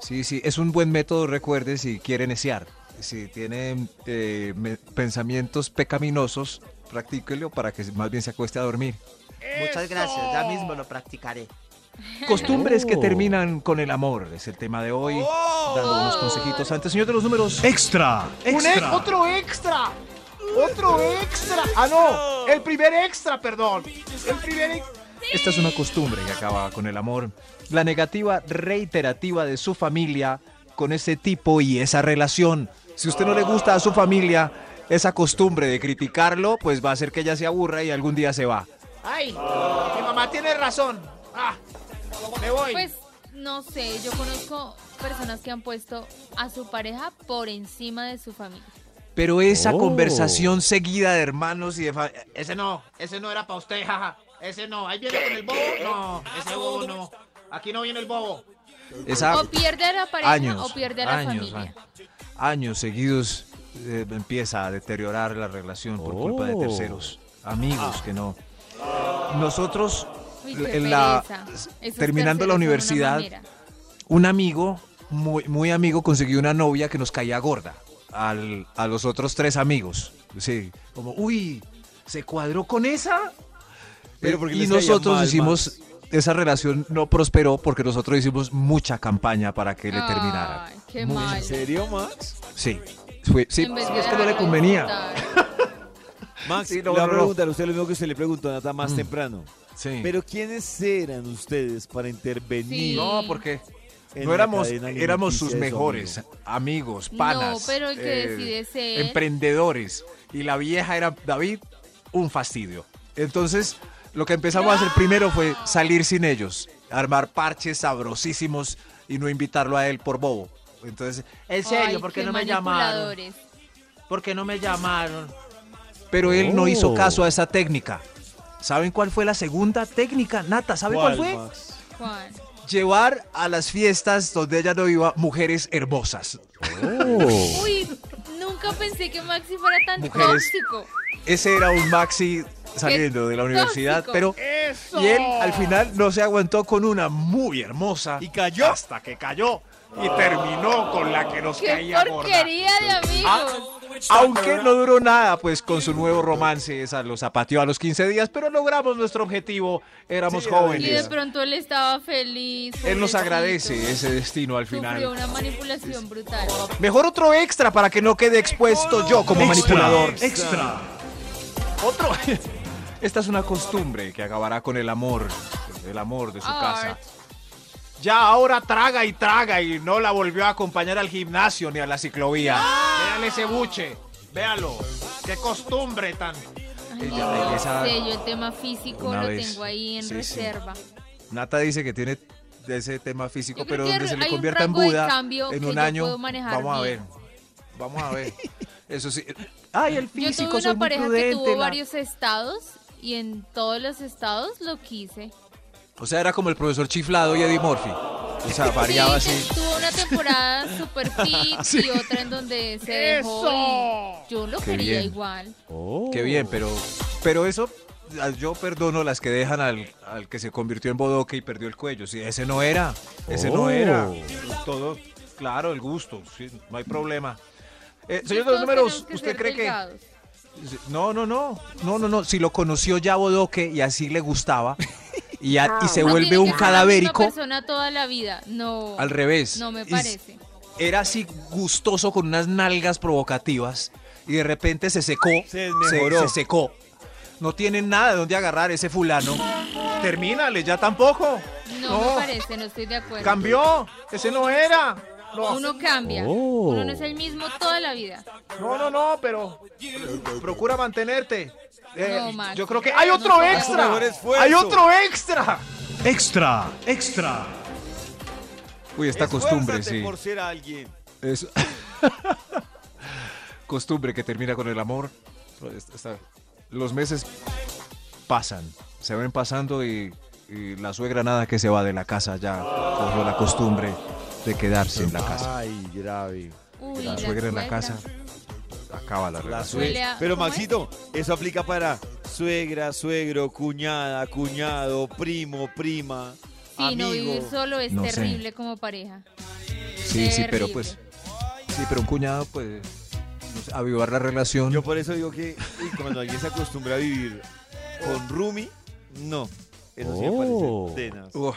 [SPEAKER 4] Sí, sí, es un buen método, recuerde, si quiere neciar. Si tiene eh, me- pensamientos pecaminosos, practíquelo para que más bien se acueste a dormir.
[SPEAKER 12] Muchas gracias, ya mismo lo practicaré.
[SPEAKER 4] Costumbres que
[SPEAKER 6] Oh.
[SPEAKER 4] terminan con el amor es el tema de hoy. Dando
[SPEAKER 3] Oh.
[SPEAKER 4] unos consejitos antes, señor de los números. Extra,
[SPEAKER 7] Un ex- otro extra. Otro extra. Ah, no. El primer extra, perdón. El primer ex-
[SPEAKER 4] Esta es una costumbre que acaba con el amor. La negativa reiterativa de su familia con ese tipo y esa relación. Si usted no le gusta a su familia, esa costumbre de criticarlo, pues va a hacer que ella se aburra y algún día se va.
[SPEAKER 7] Ay, mi mamá tiene razón. Ah, me voy.
[SPEAKER 5] Pues no sé, yo conozco personas que han puesto a su pareja por encima de su familia.
[SPEAKER 4] Pero esa
[SPEAKER 6] Oh.
[SPEAKER 4] conversación seguida de hermanos y de fa-
[SPEAKER 7] Ese no, ese no era para usted, jaja. Ese no, ahí viene con el bobo. No, ese bobo no. Aquí no viene el bobo.
[SPEAKER 4] esa
[SPEAKER 5] o pierde a la pareja
[SPEAKER 4] Ah, años,
[SPEAKER 5] o pierde a la
[SPEAKER 4] años,
[SPEAKER 5] familia.
[SPEAKER 4] a- años seguidos eh, empieza a deteriorar la relación por culpa de
[SPEAKER 6] Oh.
[SPEAKER 4] terceros, amigos que no. Nosotros
[SPEAKER 5] Uy,
[SPEAKER 4] l-
[SPEAKER 5] qué
[SPEAKER 4] en la-
[SPEAKER 5] pereza. Esos
[SPEAKER 4] terminando la
[SPEAKER 5] terceros son una
[SPEAKER 4] universidad,
[SPEAKER 5] mamera.
[SPEAKER 4] un amigo, muy, muy amigo, consiguió una novia que nos caía gorda al- a los otros tres amigos. Sí, como, uy, ¿se cuadró con esa?
[SPEAKER 3] Pero porque
[SPEAKER 4] y
[SPEAKER 3] les caía
[SPEAKER 4] nosotros
[SPEAKER 3] mal,
[SPEAKER 4] hicimos, esa relación no prosperó porque nosotros hicimos mucha campaña para que le terminara.
[SPEAKER 5] Ay, qué
[SPEAKER 4] Mucha.
[SPEAKER 5] mal.
[SPEAKER 3] ¿En serio, Max?
[SPEAKER 4] Sí, fue- sí,
[SPEAKER 5] En vez
[SPEAKER 4] sí,
[SPEAKER 5] de
[SPEAKER 4] es que no le
[SPEAKER 5] darle
[SPEAKER 4] convenía.
[SPEAKER 5] disfrutar.
[SPEAKER 3] Max,
[SPEAKER 4] Sí, no,
[SPEAKER 3] le voy
[SPEAKER 4] no,
[SPEAKER 3] a
[SPEAKER 4] no.
[SPEAKER 3] preguntar a usted lo mismo que usted le preguntó a Nata más
[SPEAKER 4] Mm.
[SPEAKER 3] temprano.
[SPEAKER 4] Sí.
[SPEAKER 3] Pero ¿quiénes eran ustedes para intervenir?
[SPEAKER 5] Sí.
[SPEAKER 4] no, porque
[SPEAKER 3] en
[SPEAKER 4] no
[SPEAKER 3] la
[SPEAKER 4] éramos,
[SPEAKER 3] cadena
[SPEAKER 4] éramos sus
[SPEAKER 3] alimenticia de su
[SPEAKER 4] mejores
[SPEAKER 3] amigo?
[SPEAKER 4] amigos,
[SPEAKER 5] No,
[SPEAKER 4] panas. eh,
[SPEAKER 5] pero el que decide ser-
[SPEAKER 4] Emprendedores. Y la vieja era David, un fastidio. Entonces, lo que empezamos a hacer primero fue salir sin ellos, armar parches sabrosísimos y no invitarlo a él por bobo. Entonces,
[SPEAKER 12] En serio,
[SPEAKER 5] Ay,
[SPEAKER 12] ¿por qué
[SPEAKER 5] qué
[SPEAKER 12] no me llamaron?
[SPEAKER 5] manipuladores.
[SPEAKER 12] ¿Por qué no me llamaron?
[SPEAKER 4] pero él no hizo
[SPEAKER 6] Oh.
[SPEAKER 4] caso a esa técnica. ¿Saben cuál fue la segunda técnica? Nata, ¿sabe cuál, fue?
[SPEAKER 3] Max?
[SPEAKER 5] ¿Cuál?
[SPEAKER 4] Llevar a las fiestas donde ella no iba mujeres hermosas.
[SPEAKER 6] Oh.
[SPEAKER 5] Uy, nunca pensé que Maxi fuera tan
[SPEAKER 4] Mujeres.
[SPEAKER 5] tóxico.
[SPEAKER 4] Ese era un maxi saliendo de la universidad, pero
[SPEAKER 5] tóxico!
[SPEAKER 4] y él al final no se aguantó con una muy hermosa
[SPEAKER 11] Y cayó.
[SPEAKER 4] hasta que cayó y terminó con la que nos
[SPEAKER 5] ¡Qué
[SPEAKER 4] caía gorda.
[SPEAKER 5] porquería de amigos!
[SPEAKER 4] Aunque no duró nada, pues con su nuevo romance esa lo zapateó a los 15 días, pero logramos nuestro objetivo, éramos
[SPEAKER 3] Sí,
[SPEAKER 5] Y de
[SPEAKER 4] jóvenes.
[SPEAKER 5] pronto él estaba feliz.
[SPEAKER 4] Él nos
[SPEAKER 5] pobrecito.
[SPEAKER 4] agradece ese destino al
[SPEAKER 5] Sufrió
[SPEAKER 4] final.
[SPEAKER 5] una manipulación brutal.
[SPEAKER 4] Mejor otro extra para que no quede expuesto yo como manipulador.
[SPEAKER 3] Extra.
[SPEAKER 4] Otro. Esta es una costumbre que acabará con el amor, el amor de su casa.
[SPEAKER 5] Art.
[SPEAKER 4] Ya ahora traga y traga y no la volvió a acompañar al gimnasio ni a la ciclovía.
[SPEAKER 7] Véale ese buche. Véalo. Qué costumbre tan.
[SPEAKER 5] Ay,
[SPEAKER 4] Ella- ella
[SPEAKER 5] no
[SPEAKER 4] esa-
[SPEAKER 5] sé, yo el tema físico
[SPEAKER 4] Una
[SPEAKER 5] lo
[SPEAKER 4] vez.
[SPEAKER 5] tengo ahí en
[SPEAKER 4] Sí, sí.
[SPEAKER 5] reserva.
[SPEAKER 4] Nata dice que tiene de ese tema físico,
[SPEAKER 5] Yo creo
[SPEAKER 4] pero
[SPEAKER 5] que
[SPEAKER 4] donde se le
[SPEAKER 5] hay un
[SPEAKER 4] convierta en
[SPEAKER 5] rango de
[SPEAKER 4] Buda
[SPEAKER 5] cambio
[SPEAKER 4] en
[SPEAKER 5] que
[SPEAKER 4] un
[SPEAKER 5] yo
[SPEAKER 4] año,
[SPEAKER 5] puedo manejar
[SPEAKER 4] vamos a ver,
[SPEAKER 5] bien.
[SPEAKER 4] vamos a ver. Eso sí. Ay, el
[SPEAKER 5] Yo
[SPEAKER 4] físico,
[SPEAKER 5] tuve
[SPEAKER 4] soy
[SPEAKER 5] una
[SPEAKER 4] muy
[SPEAKER 5] pareja que
[SPEAKER 4] prudente,
[SPEAKER 5] tuvo
[SPEAKER 4] la-
[SPEAKER 5] varios estados y en todos los estados lo quise.
[SPEAKER 4] O sea, era como el profesor chiflado y Eddie Murphy. O sea, variaba
[SPEAKER 5] Sí,
[SPEAKER 4] así.
[SPEAKER 5] Tuvo una temporada super fit y otra en donde se dejó. y yo lo
[SPEAKER 4] Qué
[SPEAKER 5] quería
[SPEAKER 4] bien.
[SPEAKER 5] igual.
[SPEAKER 6] Oh.
[SPEAKER 4] Qué bien, pero, pero eso ah, yo perdono las que dejan al, al que se convirtió en bodoque y perdió el cuello. Sí, ese no era, ese
[SPEAKER 6] Oh.
[SPEAKER 4] no era. Todo, claro, el gusto, sí, no hay problema. Eh, señor de los
[SPEAKER 5] Pues Todos
[SPEAKER 4] números,
[SPEAKER 5] tenemos que
[SPEAKER 4] ¿usted
[SPEAKER 5] ser
[SPEAKER 4] cree que...?
[SPEAKER 5] delgados.
[SPEAKER 4] No, no, no, no, no, no. Si lo conoció ya bodoque y así le gustaba y, a- y se
[SPEAKER 5] Ah. No tiene
[SPEAKER 4] vuelve
[SPEAKER 5] que
[SPEAKER 4] un
[SPEAKER 5] ser la misma
[SPEAKER 4] cadavérico,
[SPEAKER 5] persona toda la vida. No.
[SPEAKER 4] al revés.
[SPEAKER 5] No me
[SPEAKER 4] Y s-
[SPEAKER 5] parece.
[SPEAKER 4] Era así gustoso con unas nalgas provocativas y de repente se secó.
[SPEAKER 3] Se desmejoró.
[SPEAKER 4] se secó. No tiene nada de dónde agarrar ese fulano. Termínale, ya tampoco.
[SPEAKER 5] No, me parece, no estoy de acuerdo.
[SPEAKER 4] Cambió. Ese no era.
[SPEAKER 7] No.
[SPEAKER 5] Uno cambia.
[SPEAKER 6] Oh.
[SPEAKER 5] Uno no es el mismo toda la vida.
[SPEAKER 7] No, no, no, pero procura mantenerte. Eh,
[SPEAKER 5] No, Max.
[SPEAKER 7] yo creo que hay otro
[SPEAKER 5] No, no, no.
[SPEAKER 7] extra.
[SPEAKER 3] Mejor esfuerzo.
[SPEAKER 7] Hay otro extra.
[SPEAKER 6] Extra, extra.
[SPEAKER 4] Uy, esta costumbre,
[SPEAKER 3] Esfuérzate
[SPEAKER 4] sí.
[SPEAKER 3] por ser alguien.
[SPEAKER 4] Es- Costumbre que termina con el amor. Esta- esta- Los meses pasan, se ven pasando y, y la suegra nada que se va de la casa ya cogió la costumbre de quedarse en la casa.
[SPEAKER 6] Ay, grave.
[SPEAKER 5] Uy,
[SPEAKER 4] La suegra en la casa acaba la
[SPEAKER 3] La
[SPEAKER 4] relación.
[SPEAKER 5] suegra.
[SPEAKER 3] suegra. Pero Maxito, eso aplica para suegra, suegro, cuñada, cuñado, primo, prima,
[SPEAKER 5] Sí, no
[SPEAKER 3] amigo.
[SPEAKER 5] vivir solo es
[SPEAKER 4] No sé.
[SPEAKER 5] terrible como pareja.
[SPEAKER 4] Sí, sí, pero
[SPEAKER 5] Terrible.
[SPEAKER 4] pues, sí, pero un cuñado pues no sé, avivar la relación.
[SPEAKER 3] Yo por eso digo que uy, cuando alguien se acostumbra a vivir con Rumi, no. Eso sí
[SPEAKER 6] Oh.
[SPEAKER 3] me parece tenaz.
[SPEAKER 4] Uf,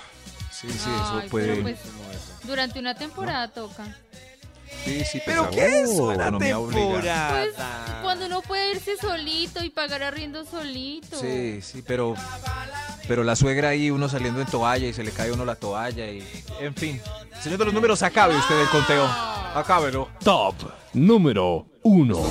[SPEAKER 4] sí, sí, eso
[SPEAKER 5] Ay,
[SPEAKER 4] puede.
[SPEAKER 5] pero pues, durante una temporada toca.
[SPEAKER 4] sí, sí,
[SPEAKER 3] Pero
[SPEAKER 4] pues,
[SPEAKER 3] ¿qué es
[SPEAKER 4] la
[SPEAKER 3] una
[SPEAKER 4] economía obliga.
[SPEAKER 3] temporada?
[SPEAKER 5] Pues cuando uno puede irse solito y pagar arriendo solito.
[SPEAKER 4] Sí, sí, pero, pero la suegra ahí, uno saliendo en toalla y se le cae a uno la toalla y... En fin. Señor de los números, acabe usted el conteo.
[SPEAKER 5] Ah.
[SPEAKER 4] Acábelo.
[SPEAKER 6] Top número uno.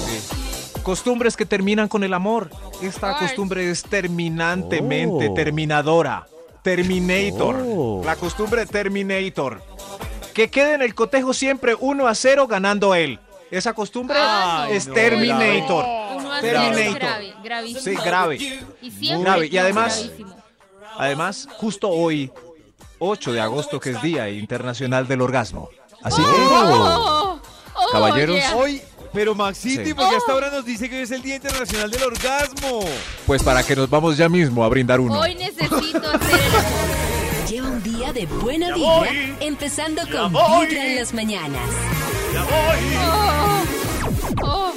[SPEAKER 4] Costumbres que terminan con el amor. Esta
[SPEAKER 5] Ay.
[SPEAKER 4] costumbre es terminantemente
[SPEAKER 6] Oh.
[SPEAKER 4] terminadora. Terminator.
[SPEAKER 6] Oh.
[SPEAKER 4] La costumbre Terminator. Que quede en el cotejo siempre 1 a 0 ganando él. Esa costumbre
[SPEAKER 5] Ah, no.
[SPEAKER 4] es
[SPEAKER 5] Ay,
[SPEAKER 4] Terminator.
[SPEAKER 5] Uno a cero es
[SPEAKER 4] Terminator.
[SPEAKER 5] grave, gravísimo.
[SPEAKER 4] Sí, grave.
[SPEAKER 5] Y siempre
[SPEAKER 4] grave. Y
[SPEAKER 5] es
[SPEAKER 4] además-
[SPEAKER 5] gravísimo.
[SPEAKER 4] Además, justo hoy, 8 de agosto, que es Día Internacional del Orgasmo. Así
[SPEAKER 5] Oh, oh, oh,
[SPEAKER 4] Caballeros.
[SPEAKER 5] yeah.
[SPEAKER 3] Hoy, pero Maxito,
[SPEAKER 4] Sí.
[SPEAKER 3] ¿y por qué
[SPEAKER 5] Oh.
[SPEAKER 3] hasta ahora nos dice que hoy es el Día Internacional del Orgasmo?
[SPEAKER 4] que, pues para que nos vamos ya mismo a brindar uno.
[SPEAKER 5] Hoy necesito hacer el amor.
[SPEAKER 1] Lleva un día de buena vibra, empezando con Vibra en las mañanas.
[SPEAKER 5] Oh, oh,